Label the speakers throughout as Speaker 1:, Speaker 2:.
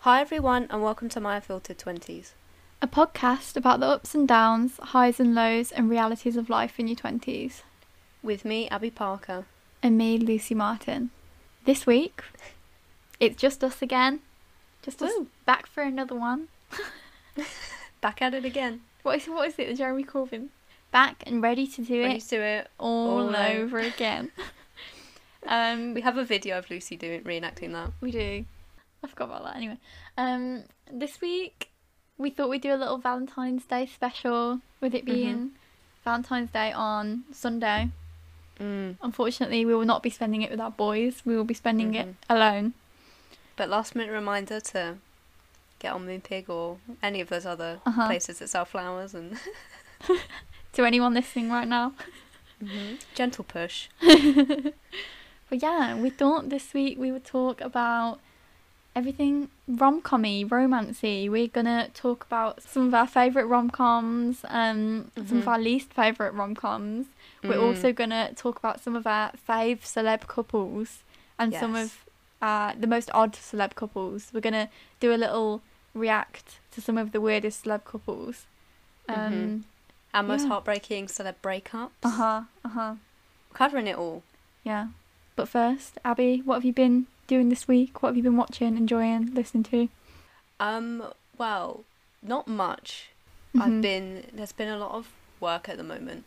Speaker 1: Hi everyone and welcome to My Filtered 20s.
Speaker 2: a podcast about the ups and downs, highs and lows, and realities of life in your 20s.
Speaker 1: With me, Abby Parker.
Speaker 2: And me, Lucy Martin. This week, it's just us again. Just us
Speaker 1: Woo.
Speaker 2: back for another one.
Speaker 1: Back at it again.
Speaker 2: What is, what is it that Jeremy Corbyn? Back and ready to do
Speaker 1: Ready
Speaker 2: it
Speaker 1: to do it.
Speaker 2: all,
Speaker 1: all over.
Speaker 2: over again. um,
Speaker 1: We have a video of Lucy doing reenacting that.
Speaker 2: We do. I forgot about that anyway. Um, this week we thought we'd do a little Valentine's Day special with
Speaker 1: Mm-hmm.
Speaker 2: it being Valentine's Day on Sunday.
Speaker 1: Mm.
Speaker 2: Unfortunately, we will not be spending it with our boys. We will be spending it alone.
Speaker 1: But last minute reminder to get on Moonpig or any of those other
Speaker 2: Uh-huh.
Speaker 1: places that sell flowers and
Speaker 2: To anyone listening right now. Mm-hmm.
Speaker 1: gentle push.
Speaker 2: But yeah, we thought this week we would talk about everything rom commy, romancy. We're gonna talk about some of our favourite rom coms, um, some of
Speaker 1: Mhm.
Speaker 2: our least favourite rom coms. We're
Speaker 1: Mm.
Speaker 2: also gonna talk about some of our fave celeb couples and some
Speaker 1: Yes.
Speaker 2: of uh, the most odd celeb couples. We're gonna do a little react to some of the weirdest celeb couples. Um,
Speaker 1: Our most
Speaker 2: Yeah.
Speaker 1: heartbreaking celeb breakups.
Speaker 2: Uh huh. Uh huh.
Speaker 1: Covering it all.
Speaker 2: Yeah. But first, Abby, what have you been doing this week? What have you been watching, enjoying, listening to?
Speaker 1: Um, well, not much.
Speaker 2: Mhm.
Speaker 1: I've been there's been a lot of work at the moment,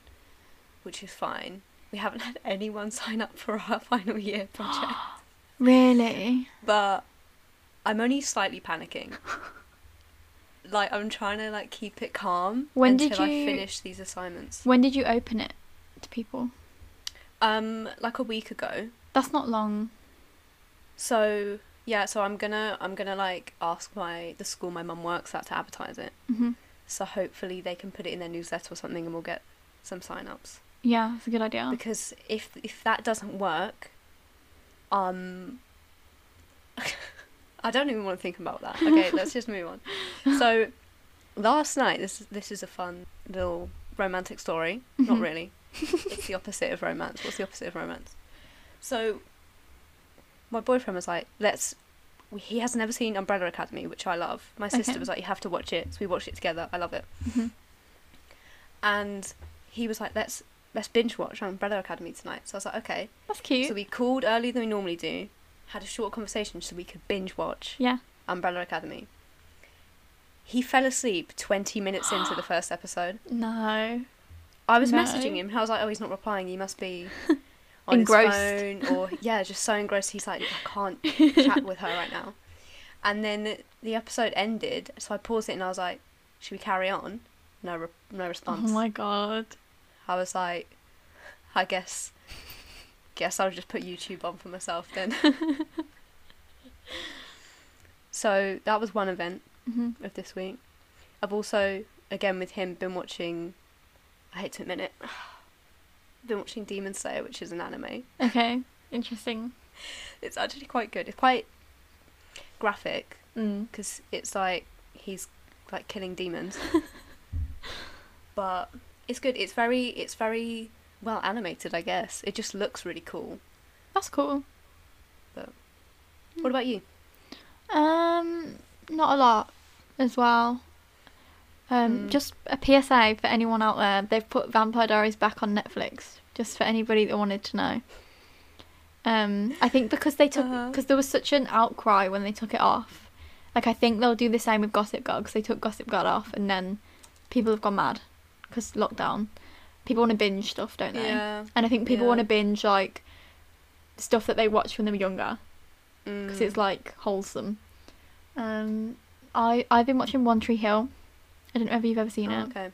Speaker 1: which is fine. We haven't had anyone sign up for our final year project,
Speaker 2: really.
Speaker 1: but I'm only slightly panicking. Like I'm trying to like keep it calm
Speaker 2: When did
Speaker 1: until
Speaker 2: you-
Speaker 1: I finish these assignments.
Speaker 2: When did you open it to people?
Speaker 1: Um, like a week ago.
Speaker 2: That's not long.
Speaker 1: So yeah, so I'm gonna I'm gonna like ask my the school my mum works at to advertise it.
Speaker 2: hmm
Speaker 1: So hopefully they can put it in their newsletter or something, and we'll get some sign ups.
Speaker 2: Yeah, that's a good idea.
Speaker 1: because if if that doesn't work, um, I don't even want to think about that. Okay, let's just move on. So, last night this this is a fun little romantic story. Not
Speaker 2: Mhm.
Speaker 1: really. it's the opposite of romance. What's the opposite of romance? So, my boyfriend was like, "Let's." He has never seen Umbrella Academy, which I love. My sister
Speaker 2: Okay.
Speaker 1: was like, "You have to watch it." So we watched it together. I love it
Speaker 2: Mhm.
Speaker 1: and he was like, "Let's let's binge watch Umbrella Academy tonight." So I was like, "Okay."
Speaker 2: That's cute.
Speaker 1: So we called earlier than we normally do, had a short conversation so we could binge watch
Speaker 2: yeah.
Speaker 1: Umbrella Academy. He fell asleep twenty minutes into the first episode.
Speaker 2: No.
Speaker 1: I was
Speaker 2: No.
Speaker 1: messaging him and I was like, "Oh, he's not replying. He must be on
Speaker 2: Engrossed.
Speaker 1: his phone or yeah, just so engrossed. He's like, I can't chat with her right now." And then the episode ended, so I paused it and I was like, "Should we carry on?" No, re- no response.
Speaker 2: Oh my god.
Speaker 1: I was like, I guess, guess I'll just put YouTube on for myself then. so that was one event
Speaker 2: hmm
Speaker 1: of this week. I've also, again with him, been watching. I hate to admit it. Been watching Demon Slayer, which is an anime.
Speaker 2: Okay. Interesting.
Speaker 1: It's actually quite good. It's quite graphic
Speaker 2: Mm.
Speaker 1: because it's like he's like killing demons. but it's good. It's very it's very well animated, I guess. It just looks really cool.
Speaker 2: That's cool.
Speaker 1: What about you?
Speaker 2: Hmm. Um, not a lot as well. Um,
Speaker 1: Mm.
Speaker 2: just a PSA for anyone out there. They've put Vampire Diaries back on Netflix, just for anybody that wanted to know. Um, I think because they took
Speaker 1: Uh-huh.
Speaker 2: because there was such an outcry when they took it off. Like I think they'll do the same with Gossip Girl because they took Gossip Girl off and then people have gone mad because lockdown. People want to binge stuff, don't they? And I think people
Speaker 1: Yeah.
Speaker 2: want to binge like stuff that they watched when they were younger
Speaker 1: Mm.
Speaker 2: because it's like wholesome. Um, I I've been watching One Tree Hill. I don't know if you've ever seen it.
Speaker 1: Oh, okay.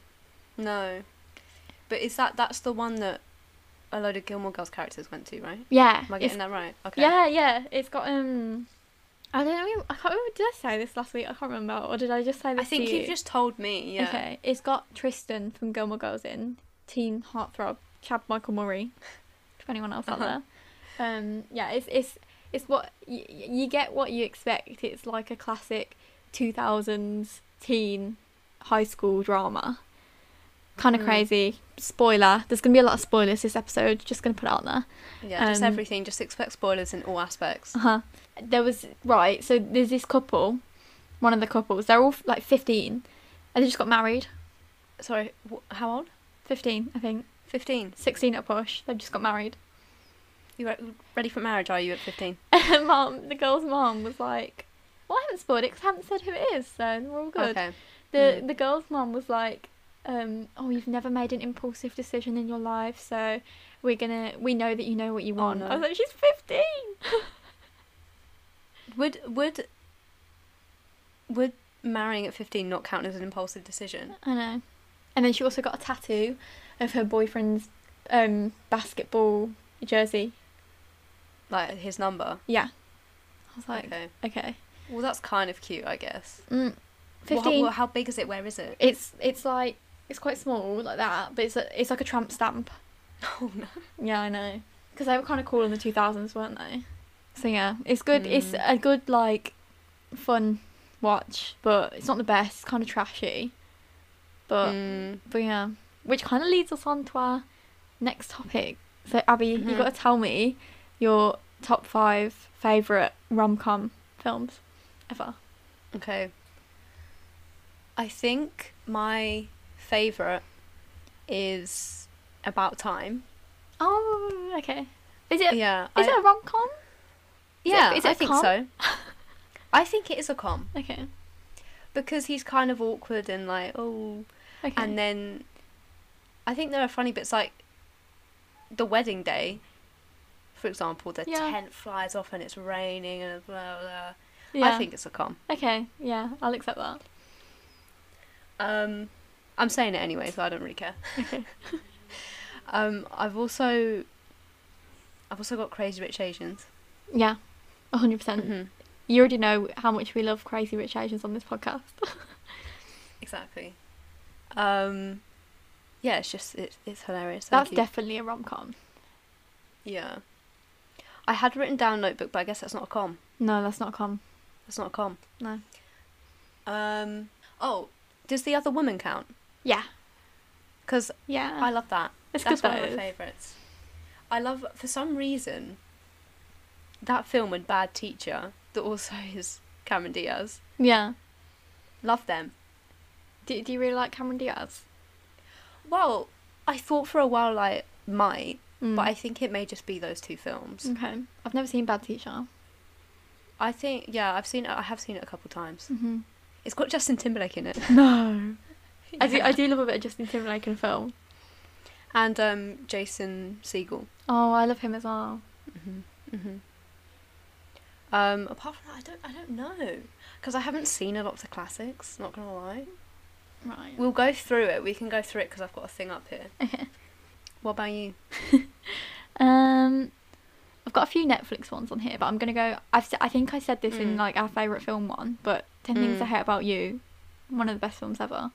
Speaker 1: No. But is that that's the one that a load of Gilmore Girls characters went to, right?
Speaker 2: Yeah,
Speaker 1: Am I
Speaker 2: it's-
Speaker 1: getting that right? Okay.
Speaker 2: yeah, yeah. It's got um. I don't know. I can't remember. Did I say this last week? I can't remember. Or did I just say this?
Speaker 1: I think
Speaker 2: to you?
Speaker 1: you've just told me. Yeah.
Speaker 2: Okay, it's got Tristan from Gilmore Girls in, teen heartthrob, Chad Michael Murray. If anyone else out
Speaker 1: Uh-huh.
Speaker 2: there, um, yeah, it's it's it's what y- y- you get what you expect. It's like a classic two thousands teen high school drama. Kind of
Speaker 1: Mm.
Speaker 2: crazy. Spoiler. There's gonna be a lot of spoilers this episode. Just gonna put it out there.
Speaker 1: Yeah. Just
Speaker 2: Um, Uh-huh.
Speaker 1: everything. Just expect spoilers in all aspects.
Speaker 2: Uh huh. There was right. So there's this couple, one of the couples. They're all like 15, and they just got married. uh-huh.
Speaker 1: Sorry, wh- how old?
Speaker 2: 15, I think.
Speaker 1: 15.
Speaker 2: 16 at push. They just got married.
Speaker 1: You re- ready for marriage, are you, at 15?
Speaker 2: And mom, the girl's mom was like, "Well, I haven't spoiled it 'cause I haven't said who it is, so we're all good."
Speaker 1: Okay.
Speaker 2: The
Speaker 1: Mm.
Speaker 2: the girl's mom was like, um, "Oh, you've never made an impulsive decision in your life, so we're gonna we know that you know what you
Speaker 1: Oh,
Speaker 2: want."
Speaker 1: no.
Speaker 2: I was like, "She's 15.
Speaker 1: Would would would marrying at 15 not count as an impulsive decision?
Speaker 2: I know. And then she also got a tattoo of her boyfriend's um basketball jersey.
Speaker 1: Like his number.
Speaker 2: Yeah, I was like,
Speaker 1: okay.
Speaker 2: okay,
Speaker 1: Well, that's kind of cute, I guess.
Speaker 2: Mm,
Speaker 1: Well, how-
Speaker 2: fifteen.
Speaker 1: well, how big is it? Where is it?
Speaker 2: It's it's like it's quite small like that, but it's a, it's like a tramp stamp.
Speaker 1: Oh no.
Speaker 2: Yeah, I know. Because they were kind of cool in the 2000s, weren't they? So yeah, it's good. It's
Speaker 1: Mm.
Speaker 2: a good like fun watch, but it's not the best. Kind of trashy, but
Speaker 1: Mm,
Speaker 2: but yeah, which kind of leads us on to our next topic. So Abby, you
Speaker 1: Mhm.
Speaker 2: got to tell me your top five favorite rom com films ever.
Speaker 1: okay. I think my favorite is About Time.
Speaker 2: Oh, okay. Is it is
Speaker 1: Yeah. I,
Speaker 2: it a rom com? it-
Speaker 1: yeah,
Speaker 2: is it
Speaker 1: I
Speaker 2: a
Speaker 1: think
Speaker 2: com?
Speaker 1: so. I think it is a com
Speaker 2: Okay.
Speaker 1: because he's kind of awkward and like, oh,
Speaker 2: Okay.
Speaker 1: and then I think there are funny bits like the wedding day, for example, the
Speaker 2: Yeah.
Speaker 1: tent flies off and it's raining and blah blah.
Speaker 2: yeah.
Speaker 1: I think it's a com.
Speaker 2: Okay. Yeah, I'll accept that.
Speaker 1: Um, I'm saying it anyway, so I don't really care. um, I've also, I've also got Crazy Rich Asians.
Speaker 2: Yeah, hundred percent.
Speaker 1: Mhm,
Speaker 2: You already know how much we love Crazy Rich Asians on this podcast.
Speaker 1: Exactly. Um, yeah, it's just it's, it's hilarious.
Speaker 2: That's
Speaker 1: Thank you.
Speaker 2: definitely a rom com.
Speaker 1: yeah. I had written down Notebook, but I guess that's not a com.
Speaker 2: No, that's not a com.
Speaker 1: That's not a com.
Speaker 2: No.
Speaker 1: Um. Oh, does the other woman count?
Speaker 2: Yeah,
Speaker 1: Because
Speaker 2: yeah.
Speaker 1: I love that.
Speaker 2: it's
Speaker 1: That's
Speaker 2: good
Speaker 1: one of
Speaker 2: though.
Speaker 1: my favourites. I love for some reason that film and Bad Teacher that also is Cameron Diaz.
Speaker 2: Yeah.
Speaker 1: Love them.
Speaker 2: Do, do you really like Cameron Diaz?
Speaker 1: Well, I thought for a while I might,
Speaker 2: Mm.
Speaker 1: but I think it may just be those two films.
Speaker 2: okay. I've never seen Bad Teacher.
Speaker 1: I think yeah, I've seen it. I have seen it a couple times.
Speaker 2: Mm-hmm.
Speaker 1: It's got Justin Timberlake in it.
Speaker 2: No. I do. I do love a bit of Justin Timberlake in a film.
Speaker 1: And um, Jason Segel.
Speaker 2: Oh, I love him as well.
Speaker 1: Mhm, mhm. Um, apart from that, I don't, I don't know, because I haven't seen a lot of the classics. Not gonna lie.
Speaker 2: Right.
Speaker 1: We'll go through it. We can go through it because I've got a thing up here. What about you?
Speaker 2: Um, I've got a few Netflix ones on here, but I'm gonna go. I've s- I think I said this in
Speaker 1: Mm.
Speaker 2: like our favorite film one, but Ten Things I
Speaker 1: Mm.
Speaker 2: Hate About You, one of the best films ever.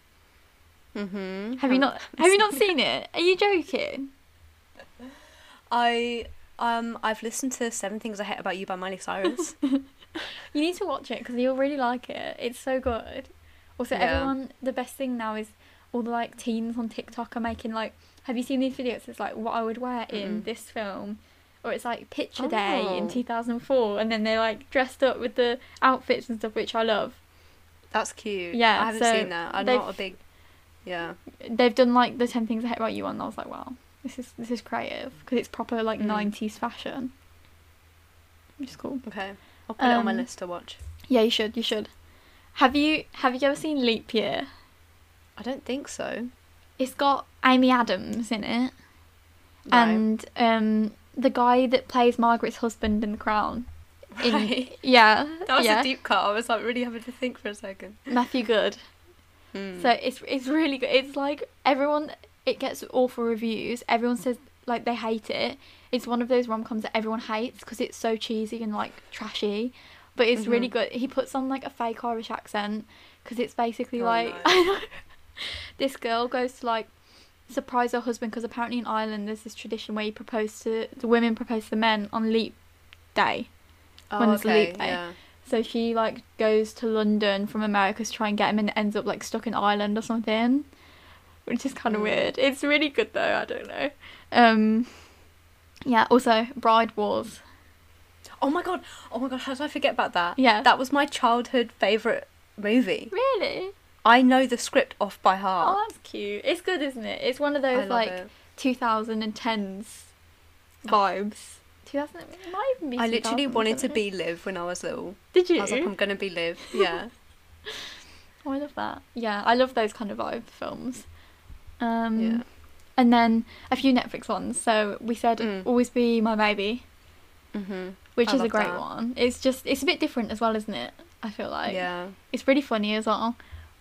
Speaker 1: Mm-hmm.
Speaker 2: Have you not? Have you not seen it? Are you joking?
Speaker 1: I um, I've listened to Seven Things I Hate About You by Miley Cyrus.
Speaker 2: You need to watch it because you'll really like it. It's so good. Also,
Speaker 1: Yeah.
Speaker 2: everyone. The best thing now is all the like teens on TikTok are making like. Have you seen these videos? It's like what I would wear in
Speaker 1: Mm-mm.
Speaker 2: this film. Or it's like picture day in
Speaker 1: Oh.
Speaker 2: 2004, and then they're like dressed up with the outfits and stuff, which I love.
Speaker 1: That's cute.
Speaker 2: Yeah,
Speaker 1: I haven't
Speaker 2: so
Speaker 1: seen that. I'm
Speaker 2: they've-
Speaker 1: not a big. Yeah.
Speaker 2: they've done like the 10 things i hate about you one and i was like wow this is this is creative because it's proper like
Speaker 1: Mm.
Speaker 2: 90s fashion which is cool
Speaker 1: Okay. I'll put it on my
Speaker 2: Um,
Speaker 1: list to watch.
Speaker 2: yeah you should you should have you have you ever seen leap year
Speaker 1: I don't think so.
Speaker 2: it's got amy adams in it
Speaker 1: No.
Speaker 2: and um the guy that plays margaret's husband in the crown in-
Speaker 1: Right.
Speaker 2: yeah
Speaker 1: That was
Speaker 2: yeah
Speaker 1: a deep cut. I was like really having to think for a second.
Speaker 2: matthew good
Speaker 1: Mm.
Speaker 2: So it's it's really good. It's like everyone it gets awful reviews. Everyone says like they hate it. It's one of those rom coms that everyone hates because it's so cheesy and like trashy, but it's really
Speaker 1: Mhm.
Speaker 2: good. He puts on like a fake Irish accent because it's basically
Speaker 1: Oh,
Speaker 2: like
Speaker 1: no.
Speaker 2: I know this girl goes to like surprise her husband because apparently in Ireland there's this tradition where you propose to the women propose to the men on leap day. when there's a leap day.
Speaker 1: Oh, yeah.
Speaker 2: So she like goes to London from America to try and get him, and ends up like stuck in Ireland or something, which is kind of
Speaker 1: Mm.
Speaker 2: weird. It's really good though. I don't know. Um, yeah. Also, Bride Wars.
Speaker 1: Oh my god! Oh my god! How did I forget about that?
Speaker 2: Yeah.
Speaker 1: That was my childhood favorite movie.
Speaker 2: Really?
Speaker 1: I know the script off by heart.
Speaker 2: Oh, that's cute. It's good, isn't it? Oh, It's one of
Speaker 1: I
Speaker 2: those
Speaker 1: love
Speaker 2: like
Speaker 1: it.
Speaker 2: 2010s vibes. 2000 it might even be
Speaker 1: I literally
Speaker 2: 2000s,
Speaker 1: wanted to
Speaker 2: don't
Speaker 1: be
Speaker 2: it?
Speaker 1: Liv when I was little.
Speaker 2: Did you?
Speaker 1: I was like, I'm gonna be Liv. Yeah.
Speaker 2: Oh, I love that. Yeah, I love those kind of vibe films. Um,
Speaker 1: yeah.
Speaker 2: And then a few Netflix ones. So we said
Speaker 1: Mm.
Speaker 2: Always Be My Baby,
Speaker 1: Mm-hmm.
Speaker 2: which
Speaker 1: I
Speaker 2: is a
Speaker 1: love
Speaker 2: great
Speaker 1: that.
Speaker 2: one. It's just, it's a bit different as well, isn't it? I feel like.
Speaker 1: yeah.
Speaker 2: It's really funny as well.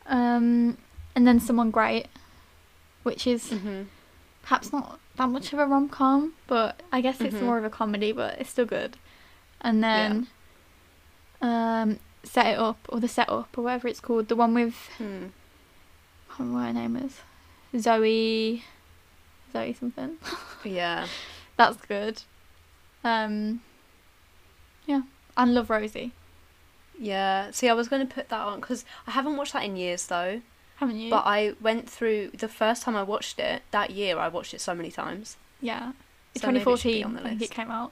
Speaker 2: Um, and then Someone Great, which is
Speaker 1: Mm-hmm.
Speaker 2: perhaps not that much of a rom com, but I guess it's
Speaker 1: Mhm.
Speaker 2: more of a comedy, but it's still good. And then um, Set It Up, or The Set Up, or whatever it's called, the one with
Speaker 1: Hmm.
Speaker 2: I can't remember what her name is. Zoe. Zoe something.
Speaker 1: Yeah.
Speaker 2: That's good. Um. Yeah, and Love Rosie.
Speaker 1: Yeah. See, I was gonna put that on because I haven't watched that in years though.
Speaker 2: Haven't you?
Speaker 1: But I went through the first time I watched it that year. I watched it so many times.
Speaker 2: yeah.
Speaker 1: So maybe it should be
Speaker 2: 2014.
Speaker 1: on the
Speaker 2: I think it
Speaker 1: list.
Speaker 2: came out.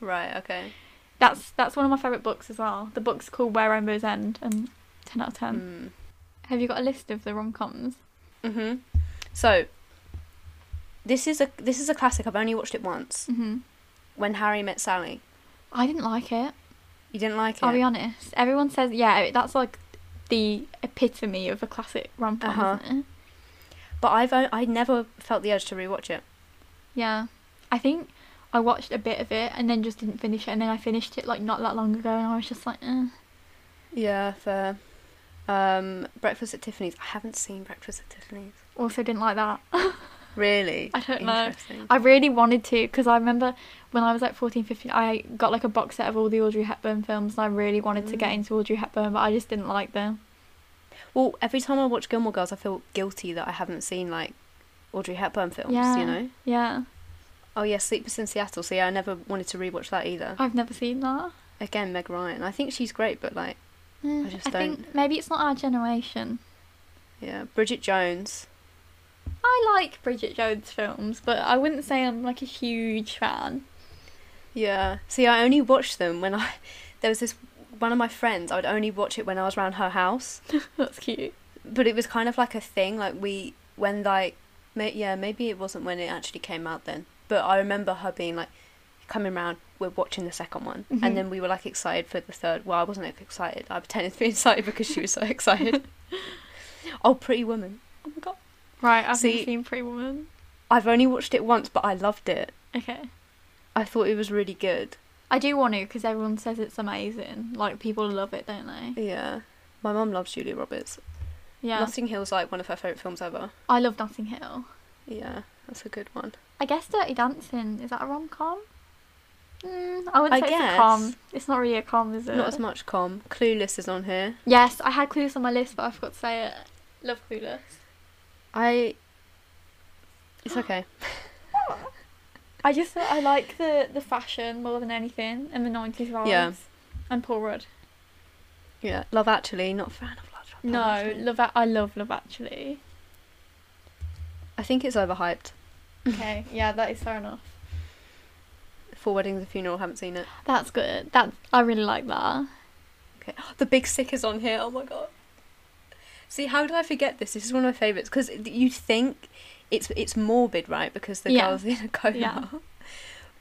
Speaker 1: Right. Okay.
Speaker 2: That's that's one of my favorite books as well. The book's called Where Rainbows End, and ten out of ten.
Speaker 1: Mm.
Speaker 2: Have you got a list of the rom coms?
Speaker 1: Mm-hmm. So this is a this is a classic. I've only watched it once.
Speaker 2: Mm-hmm.
Speaker 1: When Harry Met Sally.
Speaker 2: I didn't like it.
Speaker 1: You didn't like it.
Speaker 2: I'll be honest. Everyone says yeah, that's like the epitome of a classic rom com,
Speaker 1: Uh-huh.
Speaker 2: isn't it?
Speaker 1: But I've o- I never felt the urge to rewatch it.
Speaker 2: Yeah. I think I watched a bit of it and then just didn't finish it and then I finished it like not that long ago and I was just like, eh.
Speaker 1: Yeah, fair. Um, Breakfast at Tiffany's. I haven't seen Breakfast at Tiffany's.
Speaker 2: Also didn't like that.
Speaker 1: Really?
Speaker 2: I don't know.
Speaker 1: Interesting.
Speaker 2: I really wanted to because I remember when I was like 14, 15, I got like a box set of all the Audrey Hepburn films and I really wanted to get
Speaker 1: Mm.
Speaker 2: into Audrey Hepburn but I just didn't like them.
Speaker 1: Well, every time I watch Gilmore Girls, I feel guilty that I haven't seen like Audrey Hepburn films.
Speaker 2: Yeah.
Speaker 1: You know?
Speaker 2: Yeah.
Speaker 1: Oh yeah, Sleepless in Seattle. So yeah, I never wanted to rewatch that either.
Speaker 2: I've never seen that.
Speaker 1: Again, Meg Ryan. I think she's great, but like,
Speaker 2: Mm,
Speaker 1: just
Speaker 2: think maybe it's not our generation.
Speaker 1: yeah, Bridget Jones.
Speaker 2: I like Bridget Jones films, but I wouldn't say I'm like a huge fan.
Speaker 1: Yeah. See, I only watched them when I there was this one of my friends. I would only watch it when I was around her house.
Speaker 2: That's cute.
Speaker 1: but it was kind of like a thing like we when like ma- yeah maybe it wasn't when it actually came out then but i remember her being like coming round we're watching the second one
Speaker 2: Mhm.
Speaker 1: and then we were like excited for the third well i wasn't excited i pretended to be excited because she was so excited oh pretty woman oh my god
Speaker 2: Right, I've
Speaker 1: See-
Speaker 2: never seen Pretty Woman.
Speaker 1: i've only watched it once but i loved it
Speaker 2: Okay.
Speaker 1: i thought it was really good
Speaker 2: I do want to because everyone says it's amazing. Like people love it, don't they?
Speaker 1: yeah my mum loves julia roberts
Speaker 2: Yeah,
Speaker 1: notting hill's like one of her favourite films ever
Speaker 2: I love Notting Hill.
Speaker 1: yeah that's a good one
Speaker 2: I guess Dirty Dancing is that a rom com? Mm, I wouldn't
Speaker 1: I
Speaker 2: say it's a
Speaker 1: guess.
Speaker 2: com. It's not really a com, is it?
Speaker 1: not as much com clueless is on here
Speaker 2: Yes, I had Clueless on my list, but I forgot to say it. Love Clueless.
Speaker 1: I. It's okay.
Speaker 2: I just thought I like the the fashion more than anything and the nineties vibes.
Speaker 1: Yeah.
Speaker 2: And Paul Rudd.
Speaker 1: Yeah, Love Actually, not a fan of Love. Love
Speaker 2: No,
Speaker 1: Actually.
Speaker 2: love. Ac- I love Love Actually.
Speaker 1: I think it's overhyped.
Speaker 2: Okay, yeah, that is fair enough.
Speaker 1: Four Weddings, a Funeral. Haven't seen it.
Speaker 2: That's good. That I really like that.
Speaker 1: Okay, the Big Sick is on here. Oh my god. See, how did I forget this? This is one of my favorites because you think it's it's morbid, right? Because the
Speaker 2: Yeah.
Speaker 1: girl's in a coma,
Speaker 2: Yeah.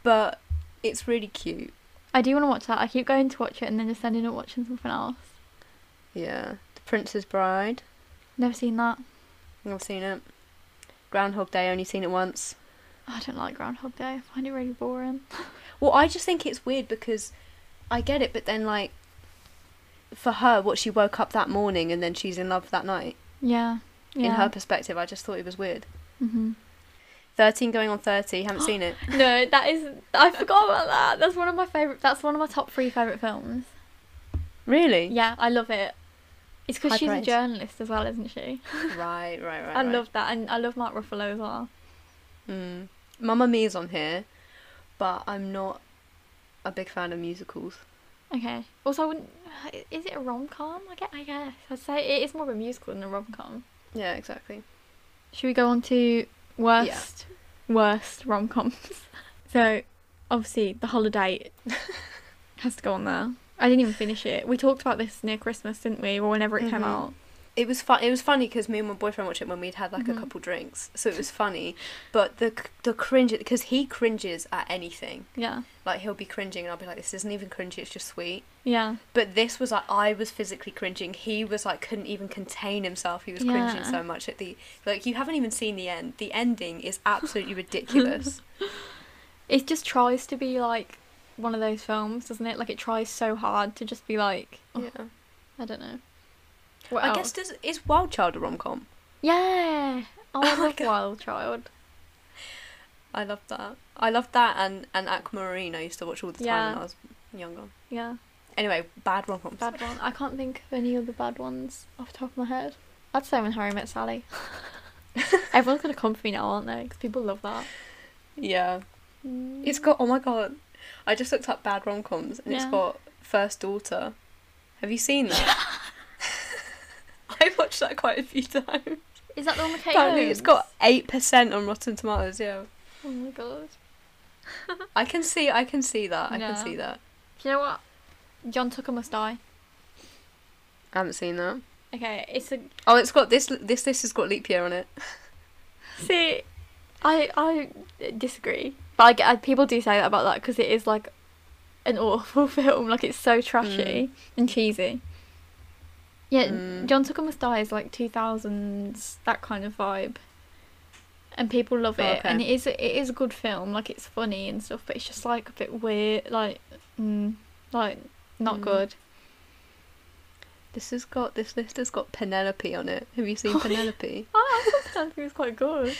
Speaker 1: but it's really cute.
Speaker 2: I do want to watch that. I keep going to watch it and then just ending up watching something else.
Speaker 1: Yeah, The Princess Bride.
Speaker 2: Never seen that.
Speaker 1: I've seen it. Groundhog Day. Only seen it once.
Speaker 2: Oh, I don't like Groundhog Day. I find it really boring.
Speaker 1: Well, I just think it's weird because I get it, but then like for her, what she woke up that morning and then she's in love that night.
Speaker 2: Yeah. Yeah.
Speaker 1: In her perspective, I just thought it was weird.
Speaker 2: Mhm.
Speaker 1: Thirteen going on thirty. Haven't seen it.
Speaker 2: No, that is. I forgot about that. That's one of my favorite. That's one of my top three favorite films.
Speaker 1: Really?
Speaker 2: Yeah, I love it. It's because
Speaker 1: High
Speaker 2: she's a
Speaker 1: praise.
Speaker 2: journalist as well, isn't she?
Speaker 1: Right, right, right.
Speaker 2: I
Speaker 1: right.
Speaker 2: love that, and I love Mark Ruffalo as well.
Speaker 1: Mm. Mamma Mia's on here, but I'm not a big fan of musicals.
Speaker 2: Okay. Also, I wouldn't. Is it a rom com? I guess. I guess I'd say it is more of a musical than a rom com.
Speaker 1: Yeah, exactly.
Speaker 2: Should we go on to worst worst rom coms? So obviously the holiday has to go on there. I didn't even finish it. We talked about this near Christmas, didn't we? Or whenever it came
Speaker 1: Mhm.
Speaker 2: out.
Speaker 1: It was fun. It was funny because me and my boyfriend watched it when we'd had like
Speaker 2: Mhm.
Speaker 1: a couple drinks, so it was funny. But the c- the cringe because he cringes at anything.
Speaker 2: Yeah.
Speaker 1: Like he'll be cringing, and I'll be like, "This isn't even cringy. It's just sweet."
Speaker 2: Yeah.
Speaker 1: But this was like I was physically cringing. He was like couldn't even contain himself. He was cringing
Speaker 2: Yeah.
Speaker 1: so much at the like you haven't even seen the end. The ending is absolutely ridiculous.
Speaker 2: It just tries to be like one of those films, doesn't it? Like it tries so hard to just be like, oh,
Speaker 1: yeah.
Speaker 2: I don't know. What
Speaker 1: I
Speaker 2: else?
Speaker 1: guess does is Wild Child a rom com?
Speaker 2: yeah. Oh, I
Speaker 1: Oh my
Speaker 2: love
Speaker 1: God.
Speaker 2: Wild Child.
Speaker 1: I love that. I love that and and Aquamarine. I used to watch all the time
Speaker 2: Yeah.
Speaker 1: when I was younger.
Speaker 2: Yeah.
Speaker 1: Anyway, bad rom coms.
Speaker 2: Bad one. I can't think of any other bad ones off the top of my head. I'd say when Harry met Sally. Everyone's gonna come for me now, aren't they? Because people love that.
Speaker 1: Yeah.
Speaker 2: Mm.
Speaker 1: It's got oh my god. I just looked up bad rom coms and
Speaker 2: Yeah.
Speaker 1: it's got First Daughter. Have you seen that? I watched that quite a few times.
Speaker 2: Is that the one with Kate
Speaker 1: Apparently
Speaker 2: Holmes?
Speaker 1: it's got eight percent on Rotten Tomatoes, yeah.
Speaker 2: Oh my god.
Speaker 1: I can see I can see that. I
Speaker 2: Yeah.
Speaker 1: can see that.
Speaker 2: Do you know what? John Tucker must die.
Speaker 1: I haven't seen that.
Speaker 2: Okay, it's a
Speaker 1: Oh it's got this this list has got leap year on it.
Speaker 2: see. I I disagree, but I, get- I people do say that about that because it is like an awful film. Like it's so trashy and cheesy. Yeah,
Speaker 1: Mm.
Speaker 2: John Tucker Must Die is like two thousands that kind of vibe, and people love it.
Speaker 1: Okay.
Speaker 2: And it is it is a good film. Like it's funny and stuff, but it's just like a bit weird. Like mm, like not
Speaker 1: Mm.
Speaker 2: good.
Speaker 1: This has got this list has got Penelope on it. Have you seen Penelope?
Speaker 2: Oh, I thought Penelope was quite good.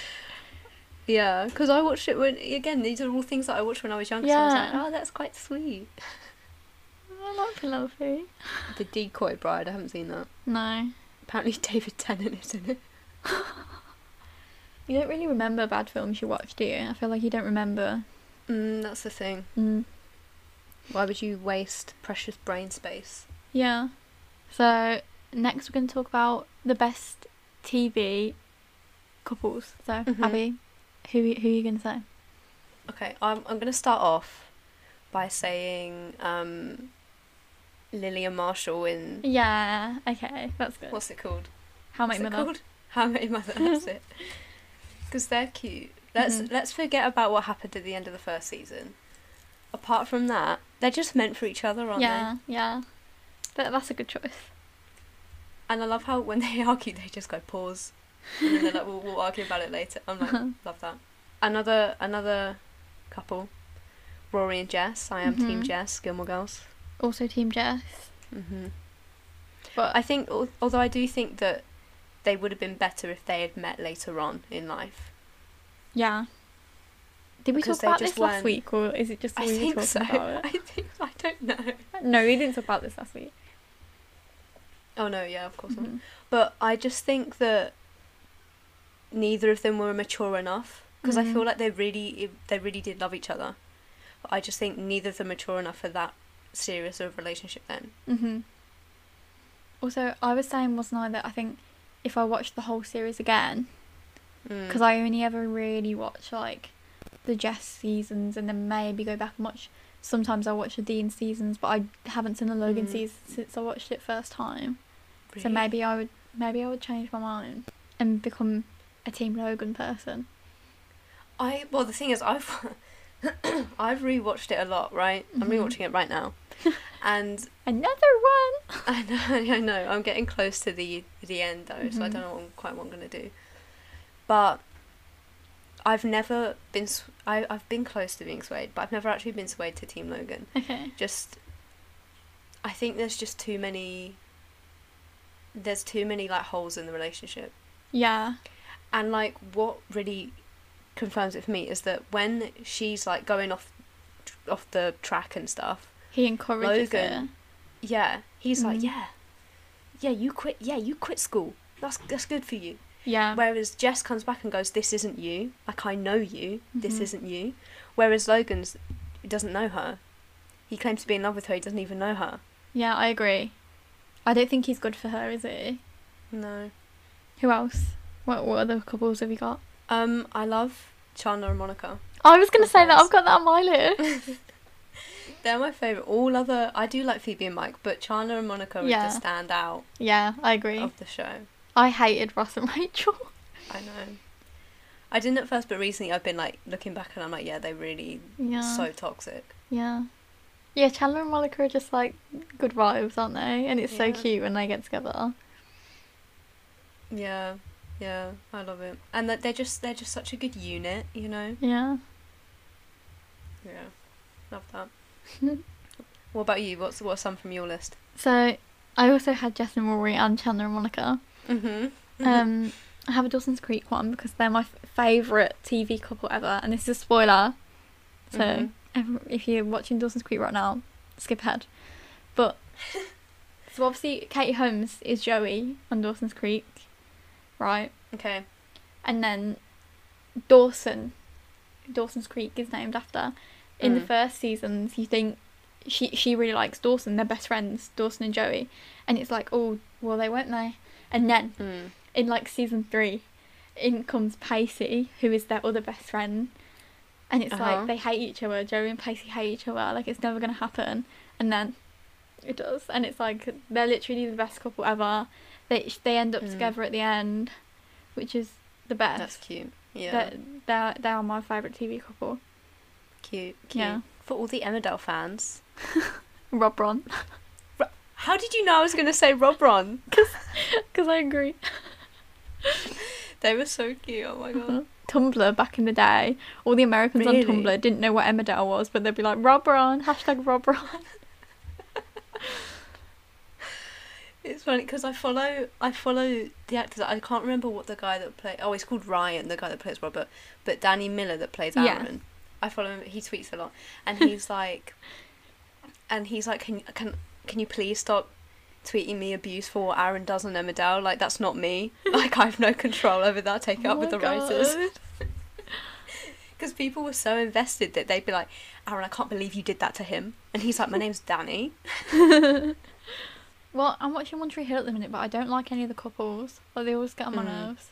Speaker 1: Yeah, because I watched it when again these are all things that I watched when I was younger. So I was
Speaker 2: Yeah.
Speaker 1: like, oh, that's quite sweet.
Speaker 2: I like Penelope.
Speaker 1: The Decoy Bride. I haven't seen that.
Speaker 2: No.
Speaker 1: Apparently David Tennant is in it.
Speaker 2: You don't really remember bad films you watch, do you? I feel like you don't remember.
Speaker 1: Mm, that's the thing.
Speaker 2: Mm.
Speaker 1: Why would you waste precious brain space?
Speaker 2: Yeah. So next we're going to talk about the best TV couples. So
Speaker 1: Mhm.
Speaker 2: Abby, who who are you going to say?
Speaker 1: Okay, I'm I'm gonna start off by saying um, Lillian Marshall in
Speaker 2: Yeah. Okay, that's good.
Speaker 1: what's it called?
Speaker 2: How I
Speaker 1: What's
Speaker 2: Met Your
Speaker 1: it
Speaker 2: Mother.
Speaker 1: called? How I Met Your Mother. That's it. Because they're cute. Let's
Speaker 2: Mhm.
Speaker 1: let's forget about what happened at the end of the first season. Apart from that, they're just meant for each other, aren't they?
Speaker 2: Yeah. Yeah. That, that's a good choice.
Speaker 1: And I love how when they argue, they just go pause, and then they're like, "We'll, we'll argue about it later." I'm like, love that. Another another couple, Rory and Jess. I am Team
Speaker 2: Mhm.
Speaker 1: Jess, Gilmore Girls.
Speaker 2: Also, Team Jess.
Speaker 1: hmm
Speaker 2: But
Speaker 1: I think, al- although I do think that they would have been better if they had met later on in life.
Speaker 2: yeah. Did we
Speaker 1: Because
Speaker 2: talk
Speaker 1: they
Speaker 2: about
Speaker 1: just
Speaker 2: this last
Speaker 1: weren't-
Speaker 2: week, or is it just
Speaker 1: I
Speaker 2: we were
Speaker 1: think
Speaker 2: talking
Speaker 1: so.
Speaker 2: about
Speaker 1: I think I don't know.
Speaker 2: it? No, we didn't talk about this last week.
Speaker 1: Oh no, yeah, of course not.
Speaker 2: Mhm.
Speaker 1: But I just think that neither of them were mature enough because I
Speaker 2: Mhm.
Speaker 1: feel like they really they really did love each other. But I just think neither of them mature enough for that serious of a relationship then.
Speaker 2: Mhm. Also, I was saying, wasn't I, that I think if I watched the whole series again,
Speaker 1: Mm,
Speaker 2: because I only ever really watch like the Jess seasons, and then maybe go back and watch. Sometimes I watch the Dean seasons, but I haven't seen the Logan
Speaker 1: Mm.
Speaker 2: season since I watched it first time. So maybe I would, maybe I would change my mind and become a Team Logan person.
Speaker 1: I well the thing is I've I've rewatched it a lot, right? I'm
Speaker 2: Mhm.
Speaker 1: rewatching it right now. and
Speaker 2: Another one.
Speaker 1: I know, I know. I'm getting close to the the end though, so I
Speaker 2: Mhm.
Speaker 1: don't know what I'm, quite what I'm gonna do. But I've never been s- I I've been close to being swayed, but I've never actually been swayed to Team Logan.
Speaker 2: Okay.
Speaker 1: Just I think there's just too many there's too many like holes in the relationship.
Speaker 2: Yeah.
Speaker 1: And like what really confirms it for me is that when she's like going off off the track and stuff,
Speaker 2: He encourages
Speaker 1: Logan.
Speaker 2: her.
Speaker 1: yeah, he's
Speaker 2: Mhm.
Speaker 1: like, yeah, yeah, you quit, yeah, you quit school. That's that's good for you.
Speaker 2: Yeah.
Speaker 1: Whereas Jess comes back and goes, this isn't you. Like I know you. This
Speaker 2: Mhm.
Speaker 1: isn't you. Whereas Logan's doesn't know her. He claims to be in love with her. He doesn't even know her.
Speaker 2: Yeah, I agree. I don't think he's good for her, is he?
Speaker 1: No.
Speaker 2: Who else? What what other couples have you got?
Speaker 1: Um, I love Chandler and Monica.
Speaker 2: I was gonna say that
Speaker 1: Couples.
Speaker 2: I've got that on my list.
Speaker 1: They're my favourite. All other, I do like Phoebe and Mike, but Chandler and Monica
Speaker 2: Yeah.
Speaker 1: are the standout
Speaker 2: Yeah, I agree.
Speaker 1: of the show.
Speaker 2: I hated Ross and Rachel.
Speaker 1: I know. I didn't at first, but recently I've been like looking back and I'm like, yeah, they really
Speaker 2: yeah.
Speaker 1: so toxic.
Speaker 2: Yeah. Yeah, Chandler and Monica are just like good vibes, aren't they? And it's so
Speaker 1: Yeah.
Speaker 2: cute when they get together.
Speaker 1: Yeah, yeah, I love it. And that they're just they're just such a good unit, you know.
Speaker 2: Yeah.
Speaker 1: Yeah, love that. what about you? What's what's some from your list?
Speaker 2: So I also had Jess and Rory and Chandler and Monica.
Speaker 1: Mm-hmm.
Speaker 2: Um, I have a Dawson's Creek one because they're my f- favourite TV couple ever. And this is a spoiler. So
Speaker 1: Mhm.
Speaker 2: ev- if you're watching Dawson's Creek right now, skip ahead. But so obviously Katie Holmes is Joey on Dawson's Creek, right?
Speaker 1: okay.
Speaker 2: and then Dawson, Dawson's Creek is named after. In the
Speaker 1: Mm.
Speaker 2: first seasons, you think she she really likes Dawson. They're best friends, Dawson and Joey, and it's like, oh, well, they weren't they? And then
Speaker 1: Mm.
Speaker 2: in like season three, in comes Pacey, who is their other best friend, and it's
Speaker 1: Uh-huh.
Speaker 2: like they hate each other. Joey and Pacey hate each other. Like it's never gonna happen. And then it does, and it's like they're literally the best couple ever. They they end up
Speaker 1: Mm.
Speaker 2: together at the end, which is the best.
Speaker 1: That's cute. Yeah,
Speaker 2: They're, they're, they are my favourite TV couple.
Speaker 1: cute, cute.
Speaker 2: Yeah.
Speaker 1: For all the Emmerdale fans,
Speaker 2: Rob Ron.
Speaker 1: how did you know I was going to say Rob Ron?
Speaker 2: Because I agree.
Speaker 1: They were so cute. Oh my god.
Speaker 2: Tumblr back in the day, all the Americans
Speaker 1: Really?
Speaker 2: on Tumblr didn't know what Emmerdale was, but they'd be like, Rob Ron, hashtag Rob Ron.
Speaker 1: It's funny because I follow I follow the actors. I can't remember what the guy that played. Oh, he's called Ryan, the guy that plays Robert. But Danny Miller that plays
Speaker 2: Yeah.
Speaker 1: Aaron. I follow him. He tweets a lot, and he's like, and he's like, can can can you please stop tweeting me abuse for what Aaron does on Emmerdale? Like that's not me. Like I have no control over that. Take it
Speaker 2: Oh
Speaker 1: up with the writers. Because people were so invested that they'd be like, Aaron, I can't believe you did that to him. And he's like, my name's Danny.
Speaker 2: Well, I'm watching One Tree Hill at the minute, but I don't like any of the couples. Like, they always get on my
Speaker 1: Mm.
Speaker 2: nerves.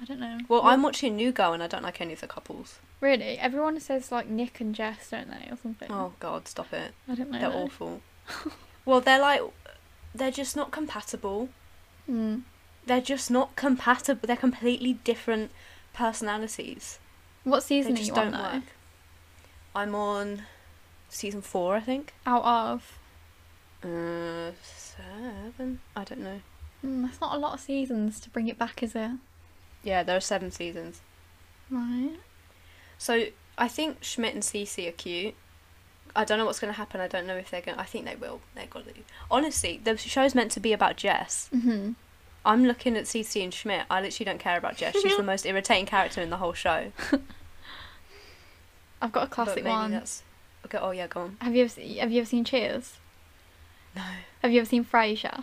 Speaker 2: I don't know.
Speaker 1: Well, I'm watching New Girl, and I don't like any of the couples.
Speaker 2: Really? Everyone says, like, Nick and Jess, don't they, or something?
Speaker 1: Oh God, stop it.
Speaker 2: I don't know.
Speaker 1: They're awful. well, they're like, they're just not compatible.
Speaker 2: Mm.
Speaker 1: They're just not compatible. They're completely different personalities.
Speaker 2: What season
Speaker 1: They
Speaker 2: are
Speaker 1: just
Speaker 2: you
Speaker 1: don't
Speaker 2: on, though?
Speaker 1: work. I'm on season four, I think.
Speaker 2: Out of?
Speaker 1: Uh, seven. I don't know.
Speaker 2: Mm, that's not a lot of seasons to bring it back, is it?
Speaker 1: Yeah, there are seven seasons.
Speaker 2: Right.
Speaker 1: So I think Schmidt and Cece are cute. I don't know what's going to happen. I don't know if they're going. to... I think they will. They're going to. Honestly, the show's meant to be about Jess.
Speaker 2: hmm
Speaker 1: I'm looking at Cece and Schmidt. I literally don't care about Jess. She's the most irritating character in the whole show.
Speaker 2: I've got a
Speaker 1: But
Speaker 2: classic
Speaker 1: maybe
Speaker 2: one.
Speaker 1: That's... Okay. Oh yeah, go on.
Speaker 2: Have you ever se- have you ever seen Cheers?
Speaker 1: No.
Speaker 2: Have you ever seen Frasier?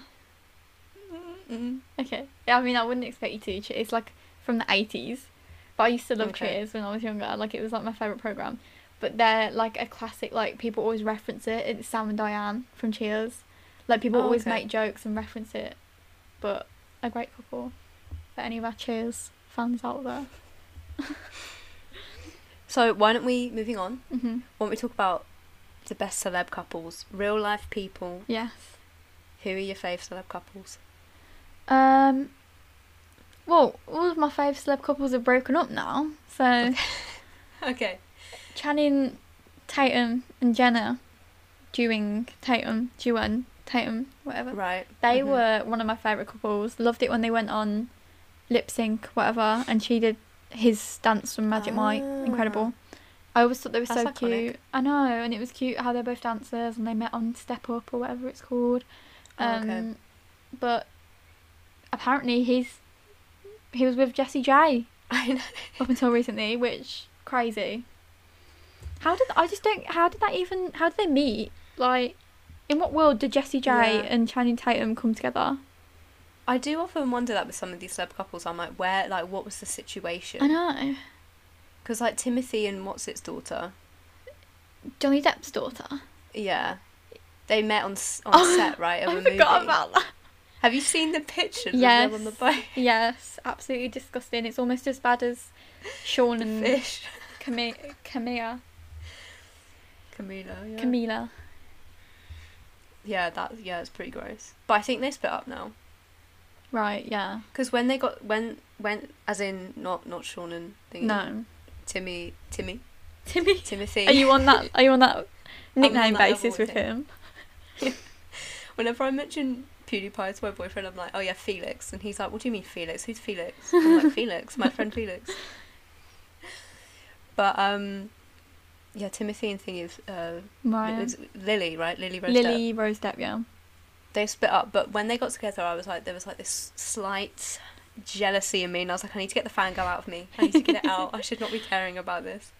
Speaker 1: Mm-mm.
Speaker 2: Okay. Yeah, I mean, I wouldn't expect you to. Che- It's like from the eighties, but I used to love
Speaker 1: Okay.
Speaker 2: Cheers when I was younger. Like it was like my favorite program. But they're like a classic. Like people always reference it. It's Sam and Diane from Cheers. Like people
Speaker 1: Oh,
Speaker 2: always
Speaker 1: okay.
Speaker 2: make jokes and reference it. But a great couple. For any of our Cheers fans out there.
Speaker 1: So why don't we moving on?
Speaker 2: hmm
Speaker 1: Why don't we talk about the best celeb couples, real life people?
Speaker 2: Yes.
Speaker 1: Who are your fave celeb couples?
Speaker 2: Um. Well, all of my five celeb couples are broken up now. So
Speaker 1: Okay.
Speaker 2: Channing Tatum and Jenna, Dewing Tatum, Dewen Tatum, whatever.
Speaker 1: Right.
Speaker 2: They
Speaker 1: Mhm.
Speaker 2: were one of my favorite couples. Loved it when they went on lip sync, whatever, and she did his dance from Magic Mike. Incredible. I always thought they were so
Speaker 1: Ah. That's iconic.
Speaker 2: cute. I know, and it was cute how they're both dancers and they met on Step Up or whatever it's called.
Speaker 1: Oh,
Speaker 2: Um,
Speaker 1: okay.
Speaker 2: But apparently he's he was with Jesse J
Speaker 1: I know.
Speaker 2: up until recently, which crazy. How did I just don't? How did that even? How did they meet? Like, in what world did Jesse J
Speaker 1: Yeah.
Speaker 2: and Channing Tatum come together?
Speaker 1: I do often wonder that with some of these celeb couples. I'm like, where, like, what was the situation?
Speaker 2: I know
Speaker 1: Because like Timothy and what's its daughter.
Speaker 2: Johnny Depp's daughter.
Speaker 1: Yeah. They met on s- on
Speaker 2: Oh,
Speaker 1: set, right? Of a
Speaker 2: I
Speaker 1: movie.
Speaker 2: forgot about that.
Speaker 1: Have you seen the picture of
Speaker 2: Yes.
Speaker 1: them on the boat?
Speaker 2: Yes, absolutely disgusting. It's almost as bad as Sean
Speaker 1: The
Speaker 2: and
Speaker 1: fish.
Speaker 2: Camilla. Camilla.
Speaker 1: Camila. Yeah.
Speaker 2: Camila.
Speaker 1: Yeah, that yeah, it's pretty gross. But I think they split up now
Speaker 2: Right, yeah.
Speaker 1: because when they got when when as in not not Sean and thingy,
Speaker 2: No.
Speaker 1: Timmy Timmy
Speaker 2: Timmy.
Speaker 1: Timothy.
Speaker 2: Are you on that are you on that nickname
Speaker 1: that level
Speaker 2: basis
Speaker 1: with
Speaker 2: with him?
Speaker 1: Whenever I mention PewDiePie to my boyfriend, I'm like, oh yeah, Felix, and he's like, what do you mean Felix? Who's Felix? I'm like, Felix, my friend Felix. But um, yeah, Timothy and thing is uh, it
Speaker 2: Ryan.
Speaker 1: was Lily, right? Lily Rose Depp.
Speaker 2: Lily Rose Depp, yeah.
Speaker 1: They split up, but when they got together, I was like, there was like this slight jealousy in me, and I was like, I need to get the fangirl out of me. I need to get it out. I should not be caring about this.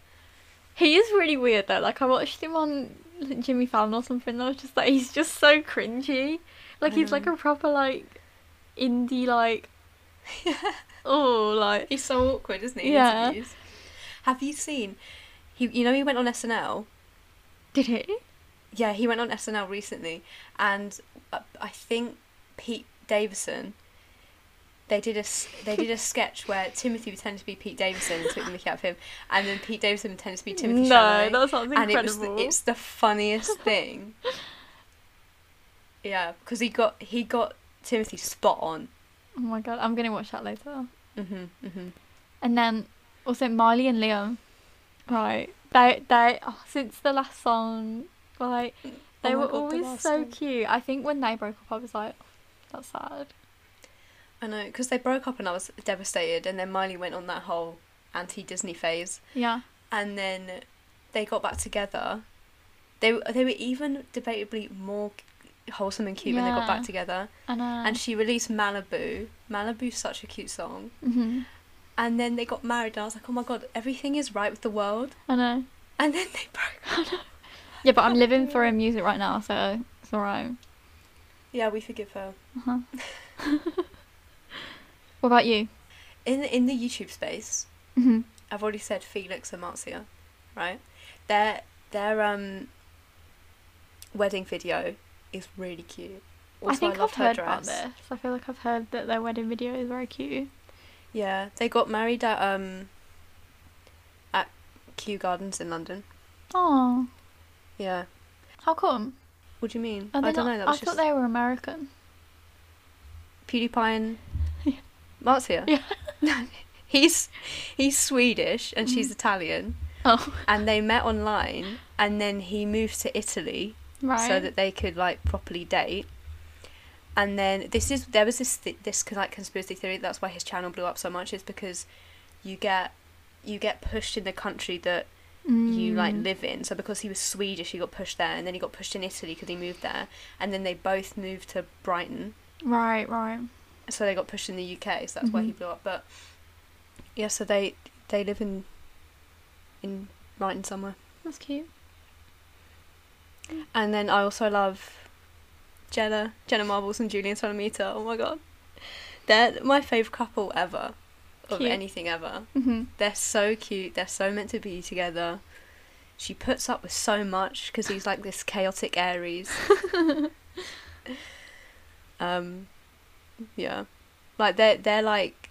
Speaker 2: He is really weird though. Like I watched him on Jimmy Fallon or something. And I was just like, he's just so cringy. Like
Speaker 1: I
Speaker 2: he's like
Speaker 1: know.
Speaker 2: a proper like indie like. Oh, like
Speaker 1: He's so awkward, isn't he? in
Speaker 2: Yeah.
Speaker 1: interviews? Have you seen? He, you know, he went on SNL.
Speaker 2: did he?
Speaker 1: Yeah, he went on SNL recently, and uh, I think Pete Davison. They did a s- they did a sketch where Timothy pretended to be Pete Davison and took the mickey out of him, and then Pete Davison pretended to be Timothy.
Speaker 2: no,
Speaker 1: Chalamet,
Speaker 2: that sounds
Speaker 1: and it was
Speaker 2: incredible.
Speaker 1: the, it's the funniest thing. yeah, because he got he got Timothy spot on.
Speaker 2: oh my god, I'm gonna watch that later.
Speaker 1: Mhm,
Speaker 2: Mm-hmm,
Speaker 1: mhm.
Speaker 2: And then also Miley and Liam, right? They they oh, since the last song, like
Speaker 1: Oh
Speaker 2: they
Speaker 1: my
Speaker 2: were
Speaker 1: God, the
Speaker 2: always
Speaker 1: last
Speaker 2: so
Speaker 1: song.
Speaker 2: cute. I think when they broke up, I was like, oh, that's sad.
Speaker 1: I know because they broke up and I was devastated, and then Miley went on that whole anti Disney phase.
Speaker 2: Yeah.
Speaker 1: and then they got back together. They w- they were even debatably more c- wholesome and cute when they got
Speaker 2: Yeah.
Speaker 1: back together.
Speaker 2: And, uh,
Speaker 1: And she released Malibu. Malibu's such a cute song.
Speaker 2: hmm
Speaker 1: And then they got married, and I was like, oh my god, everything is right with the world.
Speaker 2: I know.
Speaker 1: And then they broke.
Speaker 2: Yeah, but I'm living for her music right now, so it's alright.
Speaker 1: Yeah, we forgive her.
Speaker 2: Uh-huh. what about you?
Speaker 1: In in the YouTube space,
Speaker 2: hmm
Speaker 1: I've already said Felix and Marcia, right? Their their um wedding video is really cute.
Speaker 2: I
Speaker 1: Also,
Speaker 2: think I
Speaker 1: love
Speaker 2: have
Speaker 1: her
Speaker 2: heard
Speaker 1: dress.
Speaker 2: about this. I feel like I've heard that their wedding video is very cute.
Speaker 1: Yeah, they got married at um at Kew Gardens in London.
Speaker 2: Oh,
Speaker 1: Yeah.
Speaker 2: how come?
Speaker 1: What do you mean?
Speaker 2: Are
Speaker 1: I
Speaker 2: they
Speaker 1: don't
Speaker 2: not-
Speaker 1: know. That
Speaker 2: I
Speaker 1: was
Speaker 2: thought
Speaker 1: just
Speaker 2: they were American.
Speaker 1: PewDiePie and
Speaker 2: Yeah.
Speaker 1: Mark's here.
Speaker 2: Yeah.
Speaker 1: he's he's Swedish and she's Italian,
Speaker 2: Mm-hmm. Oh,
Speaker 1: and they met online, and then he moved to Italy
Speaker 2: right.
Speaker 1: so that they could like properly date. And then this is there was this th- this like conspiracy theory that's why his channel blew up so much is because you get you get pushed in the country that you like
Speaker 2: Mm.
Speaker 1: live in. So because he was Swedish, he got pushed there, and then he got pushed in Italy because he moved there, and then they both moved to Brighton,
Speaker 2: Right, right.
Speaker 1: so they got pushed in the UK. So that's why he
Speaker 2: Mhm.
Speaker 1: blew up. But yeah, so they they live in in Brighton somewhere.
Speaker 2: That's cute.
Speaker 1: And then I also love Jenna Jenna Marbles and Julian Solomita. Oh my god, they're my favorite couple ever of
Speaker 2: Cute.
Speaker 1: anything ever.
Speaker 2: Mm-hmm.
Speaker 1: They're so cute. They're so meant to be together. She puts up with so much because he's like this chaotic Aries. um, yeah, like they're they're like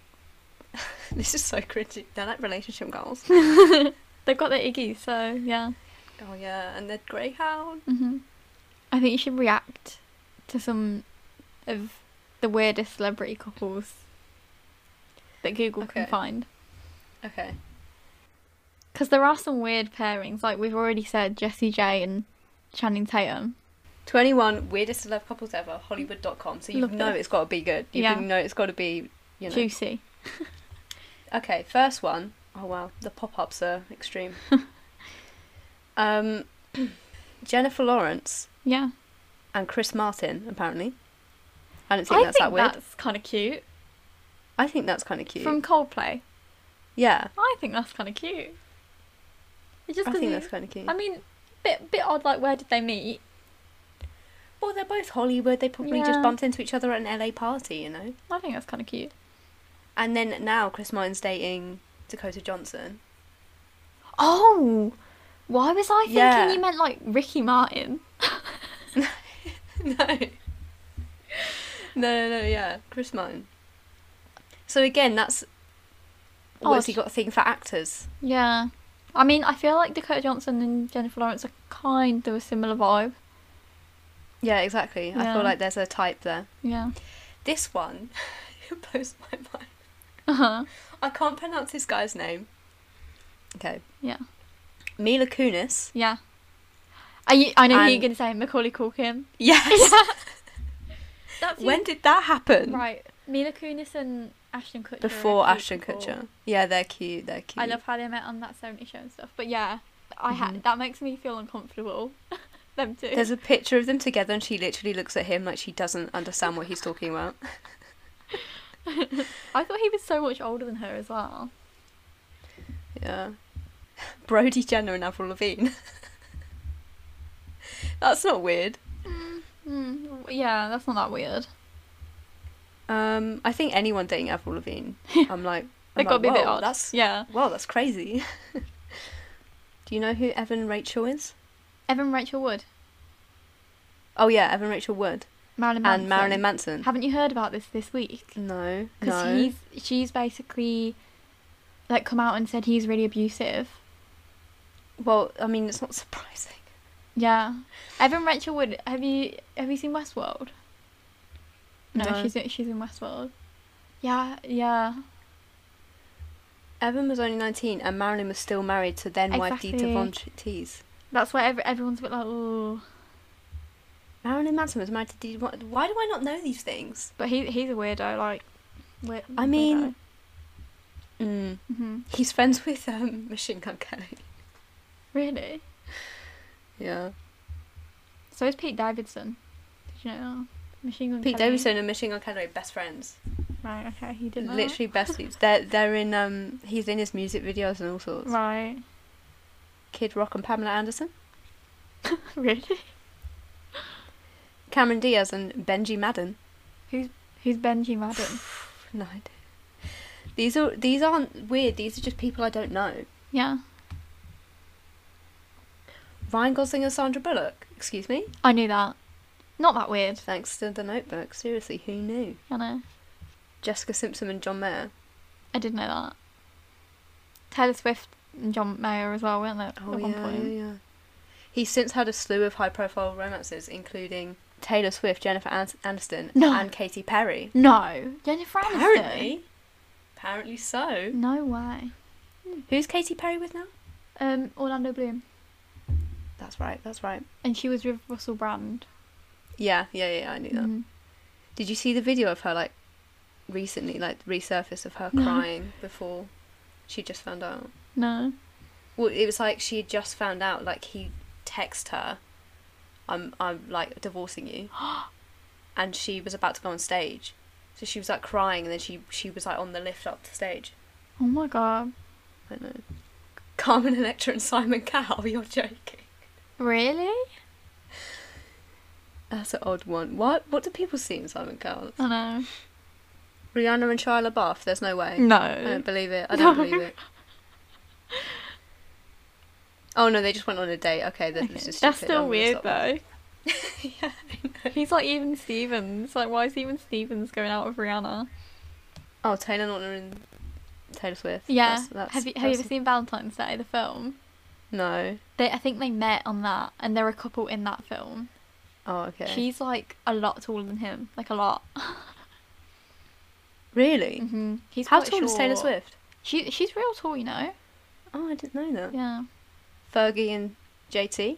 Speaker 1: this is so cringy. They're like relationship goals.
Speaker 2: They've got their Iggy, so yeah.
Speaker 1: oh yeah, and they're greyhound.
Speaker 2: hmm I think you should react to some of the weirdest celebrity couples that Google can
Speaker 1: Okay.
Speaker 2: find.
Speaker 1: Okay.
Speaker 2: Because there are some weird pairings, like we've already said, Jessie J and Channing Tatum.
Speaker 1: 21 weirdest love couples ever hollywood.com so you
Speaker 2: Love
Speaker 1: know
Speaker 2: this.
Speaker 1: it's got to be good you
Speaker 2: Yeah.
Speaker 1: know it's got to be you know
Speaker 2: Juicy.
Speaker 1: okay first one oh wow the pop-ups are extreme um jennifer lawrence
Speaker 2: Yeah.
Speaker 1: and chris martin apparently i don't
Speaker 2: I
Speaker 1: think that's
Speaker 2: think
Speaker 1: that weird
Speaker 2: that's kind of cute.
Speaker 1: i think that's kind of cute
Speaker 2: From Coldplay.
Speaker 1: yeah
Speaker 2: I think that's kind of cute. It just
Speaker 1: i
Speaker 2: doesn't-
Speaker 1: think that's kind of cute
Speaker 2: I mean, bit bit odd. Like, where did they meet?
Speaker 1: well they're both hollywood they probably just
Speaker 2: Yeah.
Speaker 1: bumped into each other at an la party you know
Speaker 2: I think that's kind of cute.
Speaker 1: and then now chris martin's dating dakota johnson
Speaker 2: Oh, why was I thinking
Speaker 1: Yeah.
Speaker 2: you meant like Ricky Martin?
Speaker 1: no. No, no, no, yeah. Chris Martin. So again, that's. What's
Speaker 2: Odd.
Speaker 1: he got a thing for actors?
Speaker 2: Yeah, I mean, I feel like Dakota Johnson and Jennifer Lawrence are kind of a similar vibe.
Speaker 1: Yeah, exactly. I
Speaker 2: Yeah.
Speaker 1: feel like there's a type there.
Speaker 2: Yeah.
Speaker 1: This one blows my mind.
Speaker 2: Uh huh.
Speaker 1: I can't pronounce this guy's name. Okay.
Speaker 2: Yeah.
Speaker 1: Mila Kunis.
Speaker 2: Yeah. Are you, I know who you're
Speaker 1: And-
Speaker 2: going to say, Macaulay Culkin.
Speaker 1: Yes.
Speaker 2: That's
Speaker 1: when did that happen?
Speaker 2: Right. Mila Kunis and Ashton Kutcher. are
Speaker 1: Before
Speaker 2: cute
Speaker 1: Ashton
Speaker 2: couple.
Speaker 1: Kutcher. Yeah, they're cute. They're cute.
Speaker 2: I love how they met on that 70 show and stuff. But yeah, I ha-
Speaker 1: Mhm.
Speaker 2: that makes me feel uncomfortable. Them two.
Speaker 1: There's a picture of them together, and she literally looks at him like she doesn't understand what he's talking about.
Speaker 2: I thought he was so much older than her as well.
Speaker 1: Yeah. Brody Jenner and Avril Lavigne. That's not weird.
Speaker 2: Mm, yeah, that's not that weird.
Speaker 1: Um, I think anyone dating Avril Lavigne, I'm like,
Speaker 2: They
Speaker 1: I'm like,
Speaker 2: got to be a bit
Speaker 1: "Whoa,
Speaker 2: odd.
Speaker 1: That's
Speaker 2: Yeah.
Speaker 1: wow, that's crazy. Do you know who Evan Rachel is?
Speaker 2: Evan Rachel Wood,
Speaker 1: Oh yeah, Evan Rachel Wood
Speaker 2: Marilyn Manson.
Speaker 1: and Marilyn Manson.
Speaker 2: Haven't you heard about this this week?
Speaker 1: No,
Speaker 2: Because
Speaker 1: no.
Speaker 2: he's she's basically like come out and said he's really abusive.
Speaker 1: Well, I mean, it's not surprising.
Speaker 2: Yeah. Evan Rachel Wood, have you have you seen Westworld? No,
Speaker 1: No.
Speaker 2: she's in- she's in Westworld. Yeah, yeah.
Speaker 1: Evan was only 19 and Marilyn was still married to then wife Dita
Speaker 2: Exactly.
Speaker 1: Von Ch- Teese.
Speaker 2: That's why ev- everyone's a bit like, oh.
Speaker 1: Marilyn Manson was married to Dita. Why, why do I not know these things?
Speaker 2: But he he's a weirdo. Like, weir-
Speaker 1: I mean- Mm.
Speaker 2: hmm
Speaker 1: He's friends with um, Machine Gun Kelly.
Speaker 2: really.
Speaker 1: Yeah.
Speaker 2: So is Pete Davidson. Did you know? Machine Gun
Speaker 1: Pete
Speaker 2: Kelly?
Speaker 1: Davidson and Machine Gun Kelly are best friends.
Speaker 2: Right. Okay. He didn't.
Speaker 1: Literally best friends. They're they're in um he's in his music videos and all sorts.
Speaker 2: Right.
Speaker 1: Kid Rock and Pamela Anderson,
Speaker 2: really.
Speaker 1: Cameron Diaz and Benji Madden.
Speaker 2: Who's Benji Madden?
Speaker 1: No idea. These are these aren't weird. These are just people I don't know.
Speaker 2: yeah.
Speaker 1: Ryan Gosling and Sandra Bullock. Excuse me.
Speaker 2: I knew that. Not that weird.
Speaker 1: Thanks to The Notebook. Seriously, who knew?
Speaker 2: I know.
Speaker 1: Jessica Simpson and John Mayer.
Speaker 2: I did know that. Taylor Swift and John Mayer as well, weren't they?
Speaker 1: Oh
Speaker 2: at one
Speaker 1: yeah,
Speaker 2: point.
Speaker 1: yeah, yeah. He's since had a slew of high-profile romances, including Taylor Swift, Jennifer An- Aniston,
Speaker 2: No.
Speaker 1: and Katy Perry.
Speaker 2: No, Jennifer Aniston.
Speaker 1: Apparently, apparently so.
Speaker 2: No way.
Speaker 1: Who's Katy Perry with now?
Speaker 2: Um, Orlando Bloom,
Speaker 1: That's right. That's right.
Speaker 2: and she was with Russell Brand.
Speaker 1: Yeah, yeah, yeah. I knew that.
Speaker 2: Mhm.
Speaker 1: Did you see the video of her like recently, like resurface of her
Speaker 2: No.
Speaker 1: crying before she just found out?
Speaker 2: No.
Speaker 1: Well, it was like she had just found out. Like he texted her, "I'm, I'm like divorcing you," and she was about to go on stage, so she was like crying, and then she she was like on the lift up to stage.
Speaker 2: Oh my god.
Speaker 1: I don't know. Carmen Electra and Simon Cowell. You're joking.
Speaker 2: Really?
Speaker 1: That's an odd one. What what do people see in Simon Cowell?
Speaker 2: I know.
Speaker 1: Rihanna and Shia LaBeouf. There's no way. I
Speaker 2: No.
Speaker 1: don't believe it. I don't
Speaker 2: No.
Speaker 1: believe it. Oh no, they just went on a date. Okay, that,
Speaker 2: Okay,
Speaker 1: that's just
Speaker 2: That's
Speaker 1: stupid.
Speaker 2: still
Speaker 1: I'm gonna
Speaker 2: weird
Speaker 1: stop.
Speaker 2: though. He's like even Stevens. Like, why is even Stevens going out with Rihanna?
Speaker 1: Oh, Taylor Lautner and Taylor Swift.
Speaker 2: Yeah.
Speaker 1: That's, that's,
Speaker 2: have you have you
Speaker 1: that's-
Speaker 2: ever seen Valentine's Day, the film?
Speaker 1: No.
Speaker 2: They, I think they met on that, and they're a couple in that film.
Speaker 1: Oh, okay.
Speaker 2: She's like a lot taller than him, like a lot.
Speaker 1: Really?
Speaker 2: hmm He's
Speaker 1: Mm-hmm. How
Speaker 2: quite
Speaker 1: tall is Taylor
Speaker 2: short.
Speaker 1: Swift?
Speaker 2: She she's real tall, you know.
Speaker 1: Oh, I didn't know that.
Speaker 2: Yeah.
Speaker 1: Fergie and JT.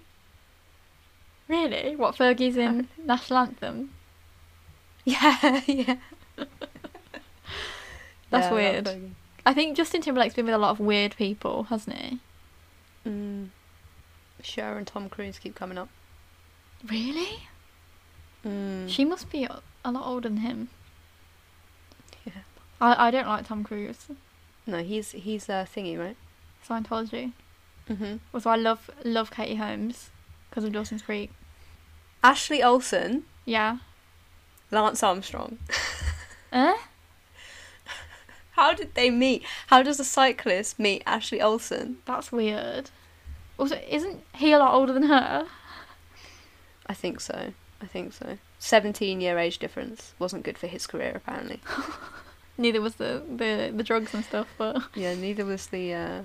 Speaker 2: Really? What Fergie's in National Anthem?
Speaker 1: Yeah, yeah.
Speaker 2: That's
Speaker 1: Yeah, I love
Speaker 2: weird.
Speaker 1: Fergie.
Speaker 2: I think Justin Timberlake's been with a lot of weird people, hasn't he?
Speaker 1: Mm. Cher and Tom Cruise keep coming up.
Speaker 2: Really?
Speaker 1: Mm.
Speaker 2: She must be a a lot older than him.
Speaker 1: Yeah.
Speaker 2: I I don't like Tom Cruise.
Speaker 1: No, he's he's uh, thingy, right?
Speaker 2: Scientology.
Speaker 1: Mm-hmm.
Speaker 2: Also, I love love Katie Holmes because of Dawson's Creek.
Speaker 1: Ashley Olsen,
Speaker 2: Yeah.
Speaker 1: Lance Armstrong.
Speaker 2: Eh?
Speaker 1: How did they meet? How does a cyclist meet Ashley Olsen?
Speaker 2: That's weird. Also, isn't he a lot older than her?
Speaker 1: I think so. I think so. 17 year age difference wasn't good for his career, apparently.
Speaker 2: Neither was the the, the drugs and stuff, but
Speaker 1: Yeah, neither was the uh,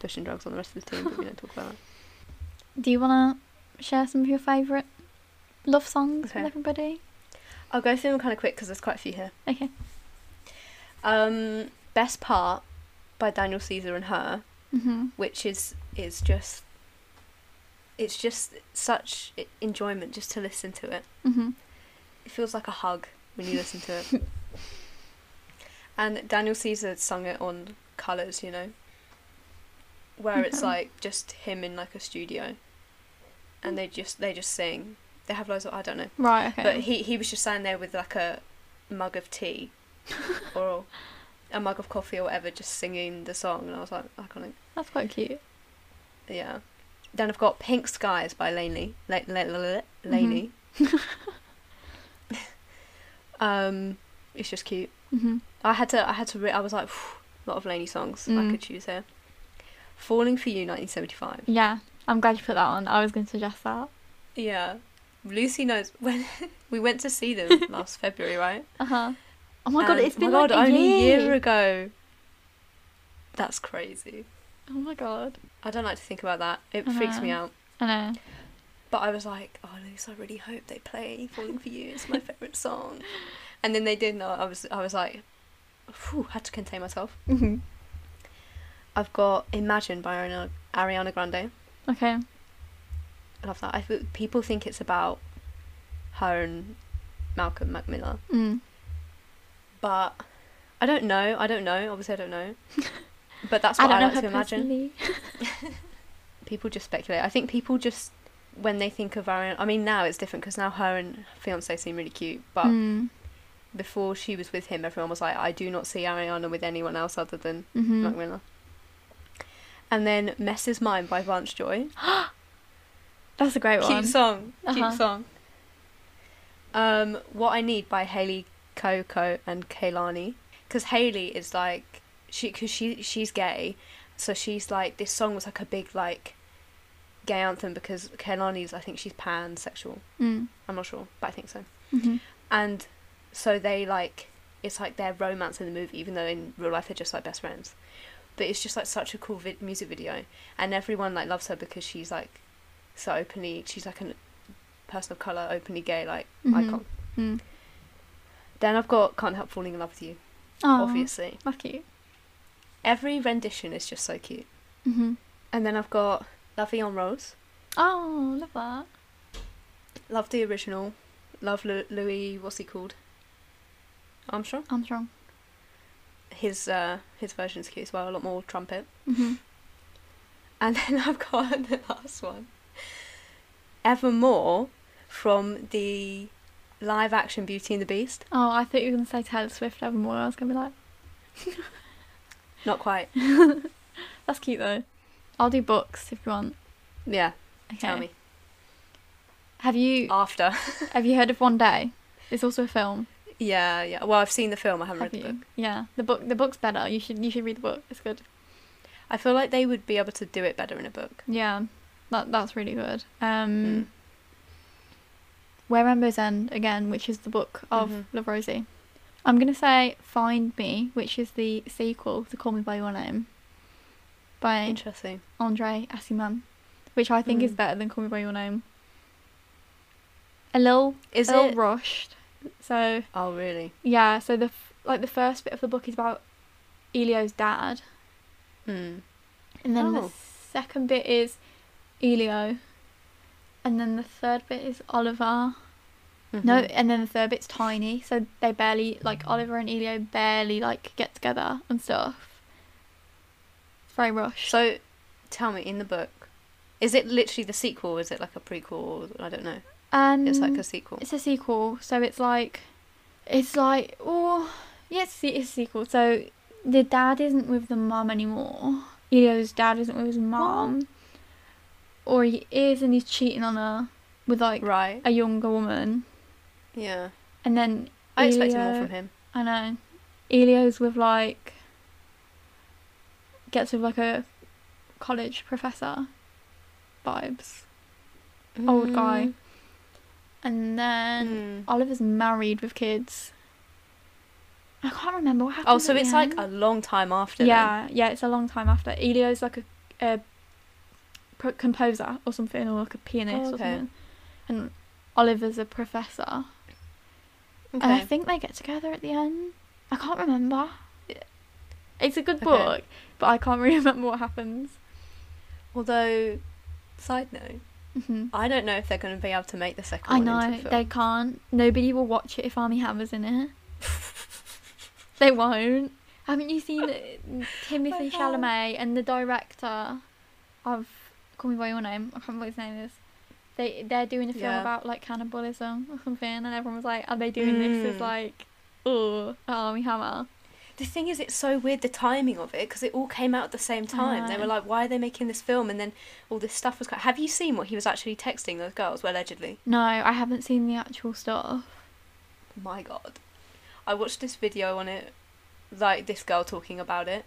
Speaker 1: pushing drugs on the rest of the team, but we don't talk about that.
Speaker 2: Do you want to share some of your favourite love songs
Speaker 1: Okay.
Speaker 2: with everybody?
Speaker 1: I'll go through them kind of quick because there's quite a few here.
Speaker 2: Okay.
Speaker 1: Um, Best Part by Daniel Caesar and Her,
Speaker 2: Mm-hmm.
Speaker 1: which is is just it's just such e- enjoyment just to listen to it.
Speaker 2: Mm-hmm.
Speaker 1: It feels like a hug when you listen to it. and Daniel Caesar sung it on Colors, you know, where it's
Speaker 2: Okay.
Speaker 1: like just him in like a studio, and they just they just sing. They have loads of I don't know.
Speaker 2: Right, okay.
Speaker 1: But he he was just standing there with like a mug of tea or a mug of coffee or whatever, just singing the song, and I was like, I can't.
Speaker 2: That's quite cute.
Speaker 1: Yeah. Then I've got Pink Skies by Laney. La- La- La- La- Laney.
Speaker 2: Mm-hmm.
Speaker 1: um, it's just cute.
Speaker 2: Mm-hmm.
Speaker 1: I had to. I had to. Re- I was like, "Phew, a lot of Laney songs I
Speaker 2: Mm.
Speaker 1: could choose here. Falling for You, 1975.
Speaker 2: Yeah, I'm glad you put that on. I was going to suggest that.
Speaker 1: Yeah. Lucy knows when we went to see them last February, right?
Speaker 2: Uh huh. Oh my god,
Speaker 1: Uh-huh. And-
Speaker 2: it's been
Speaker 1: my
Speaker 2: like
Speaker 1: God,
Speaker 2: a
Speaker 1: only
Speaker 2: year.
Speaker 1: a year ago. That's crazy.
Speaker 2: Oh my god.
Speaker 1: I don't like to think about that. It
Speaker 2: I
Speaker 1: freaks me
Speaker 2: know.
Speaker 1: out.
Speaker 2: I know.
Speaker 1: But I was like, oh, Luce, I really hope they play "Falling for You." It's my favorite song. And then they did, and I was, I was like, phew, had to contain myself.
Speaker 2: Mm-hmm.
Speaker 1: I've got "Imagine" by Ariana, Ariana Grande.
Speaker 2: Okay.
Speaker 1: I love that. I feel, people think it's about her and Malcolm McMillan,
Speaker 2: Mm.
Speaker 1: but I don't know. I don't know. Obviously, I don't know. But that's
Speaker 2: I
Speaker 1: what I,
Speaker 2: don't know
Speaker 1: like
Speaker 2: her
Speaker 1: to imagine.
Speaker 2: personally.
Speaker 1: People just speculate. I think people just when they think of Ariana. I mean, now it's different because now her and her fiance seem really cute, but.
Speaker 2: Mm.
Speaker 1: before she was with him, everyone was like, I do not see Ariana with anyone else other than
Speaker 2: Mm-hmm.
Speaker 1: Mac Miller. And then Mess Is Mine by Vance Joy.
Speaker 2: That's a great
Speaker 1: Cute
Speaker 2: one.
Speaker 1: song. Cute
Speaker 2: Uh-huh.
Speaker 1: song. Um, what I Need by Haley Coco and Kaylani. Because Haley is like, she, cause she, she's gay. So she's like, this song was like a big, like, gay anthem because Kaylani's, I think she's pansexual.
Speaker 2: Mm.
Speaker 1: I'm not sure, but I think so.
Speaker 2: Mm-hmm.
Speaker 1: and so they like it's like their romance in the movie even though in real life they're just like best friends but it's just like such a cool vid- music video and everyone like loves her because she's like so openly she's like a person of color openly gay like
Speaker 2: Mhm.
Speaker 1: icon
Speaker 2: Mm.
Speaker 1: then i've got can't help falling in love with you
Speaker 2: Oh,
Speaker 1: obviously
Speaker 2: That's cute.
Speaker 1: every rendition is just so cute
Speaker 2: Mm-hmm.
Speaker 1: and then i've got love on rose
Speaker 2: Oh, love that.
Speaker 1: love the original love Lu- louis what's he called armstrong
Speaker 2: Armstrong.
Speaker 1: his uh his version's cute as well a lot more trumpet
Speaker 2: Mm-hmm.
Speaker 1: And then I've got the last one. Evermore from the live action Beauty and the Beast.
Speaker 2: Oh, I thought you were going to say Taylor Swift Evermore. I was going to be like,
Speaker 1: Not quite.
Speaker 2: that's cute though. I'll do books if you want.
Speaker 1: Yeah,
Speaker 2: Okay.
Speaker 1: tell me.
Speaker 2: Have you
Speaker 1: After.
Speaker 2: have you heard of One Day? It's also a film.
Speaker 1: Yeah, yeah. Well, I've seen the film, I haven't
Speaker 2: Have
Speaker 1: read the
Speaker 2: you?
Speaker 1: book.
Speaker 2: Yeah, the book the book's better. You should you should read the book. It's good.
Speaker 1: I feel like they would be able to do it better in a book.
Speaker 2: Yeah, that that's really good. Um,
Speaker 1: Mm.
Speaker 2: Where Rainbows End again, which is the book of
Speaker 1: Mhm.
Speaker 2: Love Rosie. I'm gonna say Find Me, which is the sequel to Call Me by Your Name, by
Speaker 1: Interesting.
Speaker 2: Andre Asiman, which I think is
Speaker 1: Mm.
Speaker 2: better than Call Me by Your Name. A little,
Speaker 1: Is
Speaker 2: a little
Speaker 1: it?
Speaker 2: rushed. So
Speaker 1: Oh, really?
Speaker 2: yeah, so the f- like the first bit of the book is about Elio's dad,
Speaker 1: Mm.
Speaker 2: and then
Speaker 1: Oh.
Speaker 2: the second bit is Elio. And then the third bit is Oliver. No,
Speaker 1: Mhm.
Speaker 2: and then the third bit's Tiny. So they barely like Oliver and Elio barely like get together and stuff. It's very rushed.
Speaker 1: So, tell me, in the book, is it literally the sequel or is it like a prequel? Or, I don't know.
Speaker 2: um,
Speaker 1: It's like a sequel.
Speaker 2: it's a sequel, so it's like it's like oh yeah, it's, a- it's a sequel. So the dad isn't with the mum anymore. Elio's dad isn't with his mum, or he is and he's cheating on her with like
Speaker 1: Right.
Speaker 2: a younger woman,
Speaker 1: Yeah.
Speaker 2: and then
Speaker 1: I expected more
Speaker 2: Elio-
Speaker 1: from him.
Speaker 2: I know. Elio's with like gets with like a college professor vibes, old guy, and
Speaker 1: Mm.
Speaker 2: then Oliver's married with kids. I can't remember what happened.
Speaker 1: Oh, so
Speaker 2: at the
Speaker 1: it's like
Speaker 2: end.
Speaker 1: a long time after. then.
Speaker 2: yeah, yeah. It's a long time after Elio's like a a pro- composer or something, or like a pianist
Speaker 1: Oh,
Speaker 2: or
Speaker 1: okay.
Speaker 2: something. And Oliver's a professor. And I think they get together at the end. I can't remember. It's a good
Speaker 1: Okay.
Speaker 2: book, but I can't really remember what happens.
Speaker 1: Although, side note,
Speaker 2: hmm
Speaker 1: I don't know if they're going to be able to make the second
Speaker 2: I
Speaker 1: one
Speaker 2: know
Speaker 1: into a film.
Speaker 2: they can't. Nobody will watch it if Army Hammer's in it. they won't. Haven't you seen Timothy
Speaker 1: I have.
Speaker 2: Chalamet and the director of Call Me by Your Name? I can't remember what his name is. They they're doing a film
Speaker 1: Yeah.
Speaker 2: about like cannibalism or something, and everyone was like, "Are they doing this?" Is
Speaker 1: Mm.
Speaker 2: like, oh, Army Hammer.
Speaker 1: The thing is, it's so weird the timing of it because it all came out at the same time. They
Speaker 2: know.
Speaker 1: were like, "Why are they making this film?" And then all this stuff was. co- Have you seen what he was actually texting those girls? Well, allegedly.
Speaker 2: No, I haven't seen the actual stuff.
Speaker 1: My God, I watched this video on it, like this girl talking about it.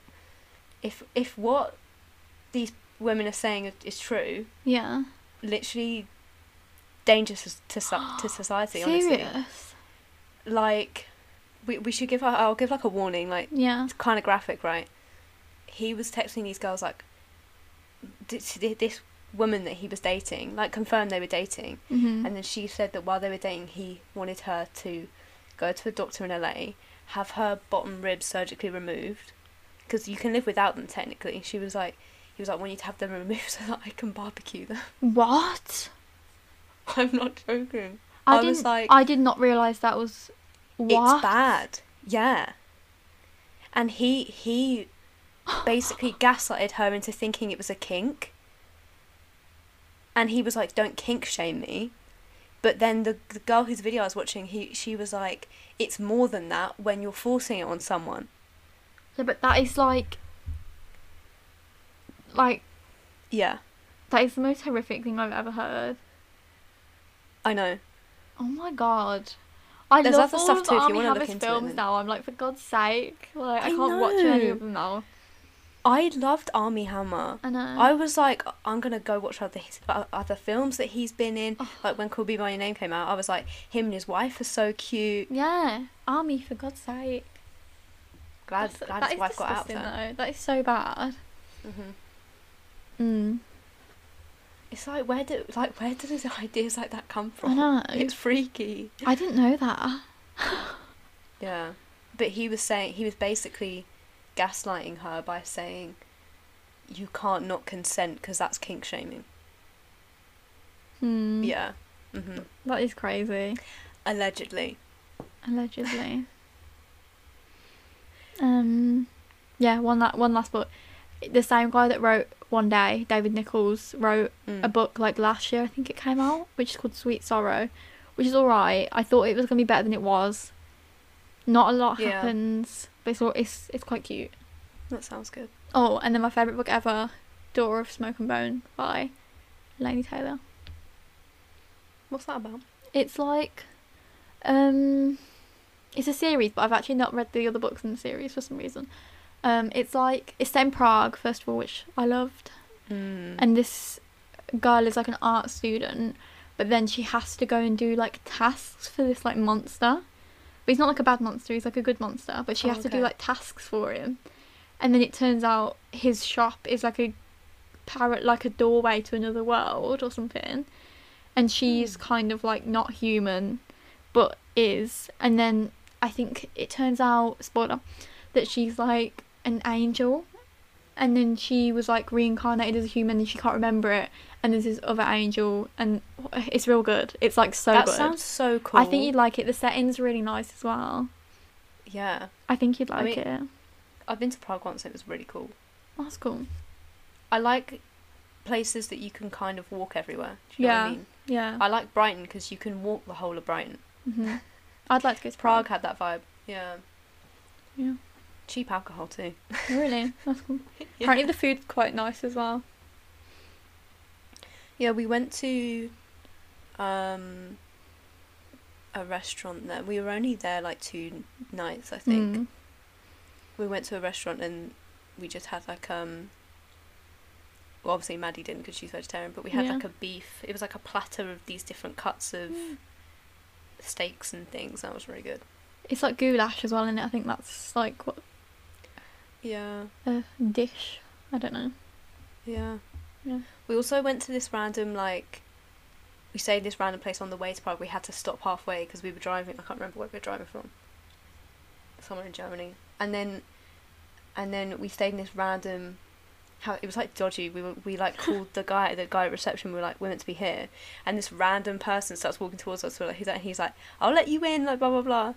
Speaker 1: If if what these women are saying is true,
Speaker 2: Yeah.
Speaker 1: literally dangerous to so- to society. honestly,
Speaker 2: Serious.
Speaker 1: like we we should give. I'll give like a warning. Like
Speaker 2: Yeah.
Speaker 1: it's kind of graphic, right? He was texting these girls like this, this woman that he was dating, like confirmed they were dating,
Speaker 2: Mm-hmm.
Speaker 1: and then she said that while they were dating, he wanted her to go to a doctor in LA, have her bottom ribs surgically removed, because you can live without them technically. She was like, he was like, I want you to have them removed so that I can barbecue them.
Speaker 2: what?
Speaker 1: I'm not joking.
Speaker 2: I,
Speaker 1: I was
Speaker 2: didn't.
Speaker 1: like-
Speaker 2: I did not realize that was. What?
Speaker 1: It's bad. Yeah. And he he basically gaslighted her into thinking it was a kink. And he was like, "Don't kink shame me." But then the, the girl whose video I was watching, he she was like, "It's more than that when you're forcing it on someone."
Speaker 2: Yeah, but that is like, like
Speaker 1: Yeah,
Speaker 2: that is the most horrific thing I've ever heard.
Speaker 1: I know.
Speaker 2: Oh my god. I
Speaker 1: There's
Speaker 2: love
Speaker 1: other
Speaker 2: all
Speaker 1: stuff
Speaker 2: of
Speaker 1: too, if you
Speaker 2: Armie
Speaker 1: wanna look
Speaker 2: Hammer's
Speaker 1: into it
Speaker 2: films
Speaker 1: then.
Speaker 2: now. I'm like, for God's sake, like I,
Speaker 1: I
Speaker 2: can't watch any
Speaker 1: know.
Speaker 2: of them now.
Speaker 1: I loved Army Hammer.
Speaker 2: I know.
Speaker 1: I was like, I'm gonna go watch other his, uh, other films that he's been in.
Speaker 2: Oh.
Speaker 1: Like when Call Me by Your Name came out, I was like, him and his wife are so cute.
Speaker 2: yeah, Army for God's sake.
Speaker 1: Glad,
Speaker 2: That's-
Speaker 1: glad
Speaker 2: that
Speaker 1: his
Speaker 2: is
Speaker 1: wife got out of
Speaker 2: disgusting,
Speaker 1: that.
Speaker 2: though. That is so bad.
Speaker 1: hmm
Speaker 2: Mm.
Speaker 1: It's like where do like where do those ideas like that come
Speaker 2: I
Speaker 1: from?
Speaker 2: know.
Speaker 1: It's freaky.
Speaker 2: I didn't know that.
Speaker 1: Yeah, but he was saying he was basically gaslighting her by saying you can't not consent because that's kink shaming.
Speaker 2: Hmm.
Speaker 1: Yeah, hmm
Speaker 2: That is crazy.
Speaker 1: allegedly.
Speaker 2: Allegedly. um, yeah. One that one last book. The same guy that wrote One Day, David Nichols, wrote
Speaker 1: Mm.
Speaker 2: a book like last year. I think it came out, which is called Sweet Sorrow, which is all right. I thought it was gonna be better than it was. Not a lot
Speaker 1: Yeah.
Speaker 2: happens, but it's all, it's it's quite cute.
Speaker 1: That sounds good.
Speaker 2: Oh, and then my favorite book ever, Door of Smoke and Bone by Lainey Taylor.
Speaker 1: What's that about?
Speaker 2: It's like, um, it's a series, but I've actually not read the other books in the series for some reason. Um, it's like it's set in Prague first of all, which I loved,
Speaker 1: Mm.
Speaker 2: and this girl is like an art student, but then she has to go and do like tasks for this like monster. But he's not like a bad monster; he's like a good monster. But she
Speaker 1: Oh,
Speaker 2: has to do
Speaker 1: okay.
Speaker 2: like tasks for him, and then it turns out his shop is like a parrot, like a doorway to another world or something and she's
Speaker 1: Hmm.
Speaker 2: kind of like not human but is and then i think it turns out spoiler that she's like an angel and then she was like reincarnated as a human and she can't remember it and there's this other angel and it's real good it's like so
Speaker 1: that
Speaker 2: good
Speaker 1: sounds so cool.
Speaker 2: i think you'd like it the setting's really nice as well
Speaker 1: yeah,
Speaker 2: i think you'd like
Speaker 1: I mean-
Speaker 2: it
Speaker 1: I've been to Prague once. and It was really cool.
Speaker 2: that's cool
Speaker 1: I like places that you can kind of walk everywhere. Do you know what I
Speaker 2: Yeah.
Speaker 1: mean?
Speaker 2: yeah
Speaker 1: I like Brighton because you can walk the whole of Brighton.
Speaker 2: hmm i'd like to go to
Speaker 1: Prague had that vibe. Yeah.
Speaker 2: Yeah.
Speaker 1: Cheap alcohol too.
Speaker 2: really that's cool apparently the food's quite nice as well
Speaker 1: Yeah, we went to um a restaurant there. We were only there like two nights, I think.
Speaker 2: Mm.
Speaker 1: We went to a restaurant and we just had like um well obviously Maddie didn't because she's vegetarian, but we had
Speaker 2: Yeah.
Speaker 1: like a beef. It was like a platter of these different cuts of
Speaker 2: Mm.
Speaker 1: steaks and things. That was really good.
Speaker 2: It's like goulash as well, and I think that's like what
Speaker 1: Yeah.
Speaker 2: a dish. I don't know.
Speaker 1: Yeah.
Speaker 2: Yeah.
Speaker 1: We also went to this random like we stayed this random place on the way to Prague. We had to stop halfway because we were driving. I can't remember where we were driving from. Somewhere in Germany, and then and then we stayed in this random. How it was like dodgy. We were, we like called the guy the guy at reception. We were like, we're meant to be here, and this random person starts walking towards us. We're like, he's like, he's like, I'll let you in. Like blah blah blah.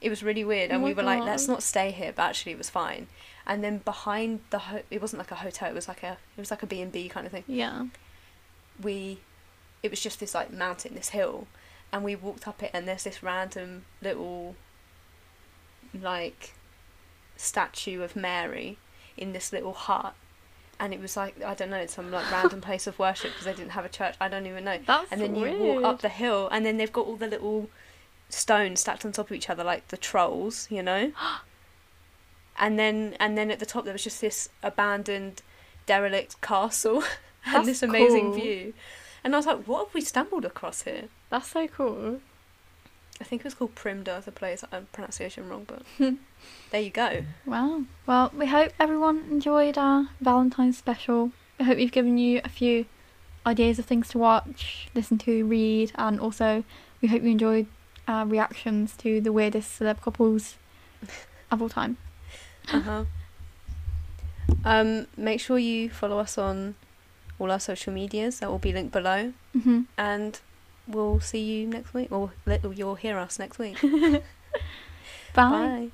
Speaker 1: It was really weird,
Speaker 2: Oh
Speaker 1: and
Speaker 2: my
Speaker 1: we were like,
Speaker 2: God.
Speaker 1: let's not stay here. But actually, it was fine. And then behind the ho- it wasn't like a hotel. It was like a it was like a B and B kind of thing
Speaker 2: Yeah.
Speaker 1: we it was just this like mountain this hill and we walked up it and there's this random little like statue of mary in this little hut and it was like i don't know some like random place of worship because they didn't have a church i don't even know
Speaker 2: That's
Speaker 1: and then you
Speaker 2: weird.
Speaker 1: walk up the hill and then they've got all the little stones stacked on top of each other like the trolls you know and then and then at the top there was just this abandoned derelict castle
Speaker 2: That's
Speaker 1: and this amazing
Speaker 2: cool.
Speaker 1: view and i was like what have we stumbled across here
Speaker 2: That's so cool.
Speaker 1: i think it was called primda the place i'm pronunciation wrong but there you go
Speaker 2: Wow. Well, we hope everyone enjoyed our Valentine's special. I hope we've given you a few ideas of things to watch, listen to, read, and also we hope you enjoyed our reactions to the weirdest celeb couples of all time.
Speaker 1: uh-huh. um make sure you follow us on all our social medias that will be linked below
Speaker 2: hmm
Speaker 1: and we'll see you next week or let- you'll hear us next week
Speaker 2: Bye.
Speaker 1: bye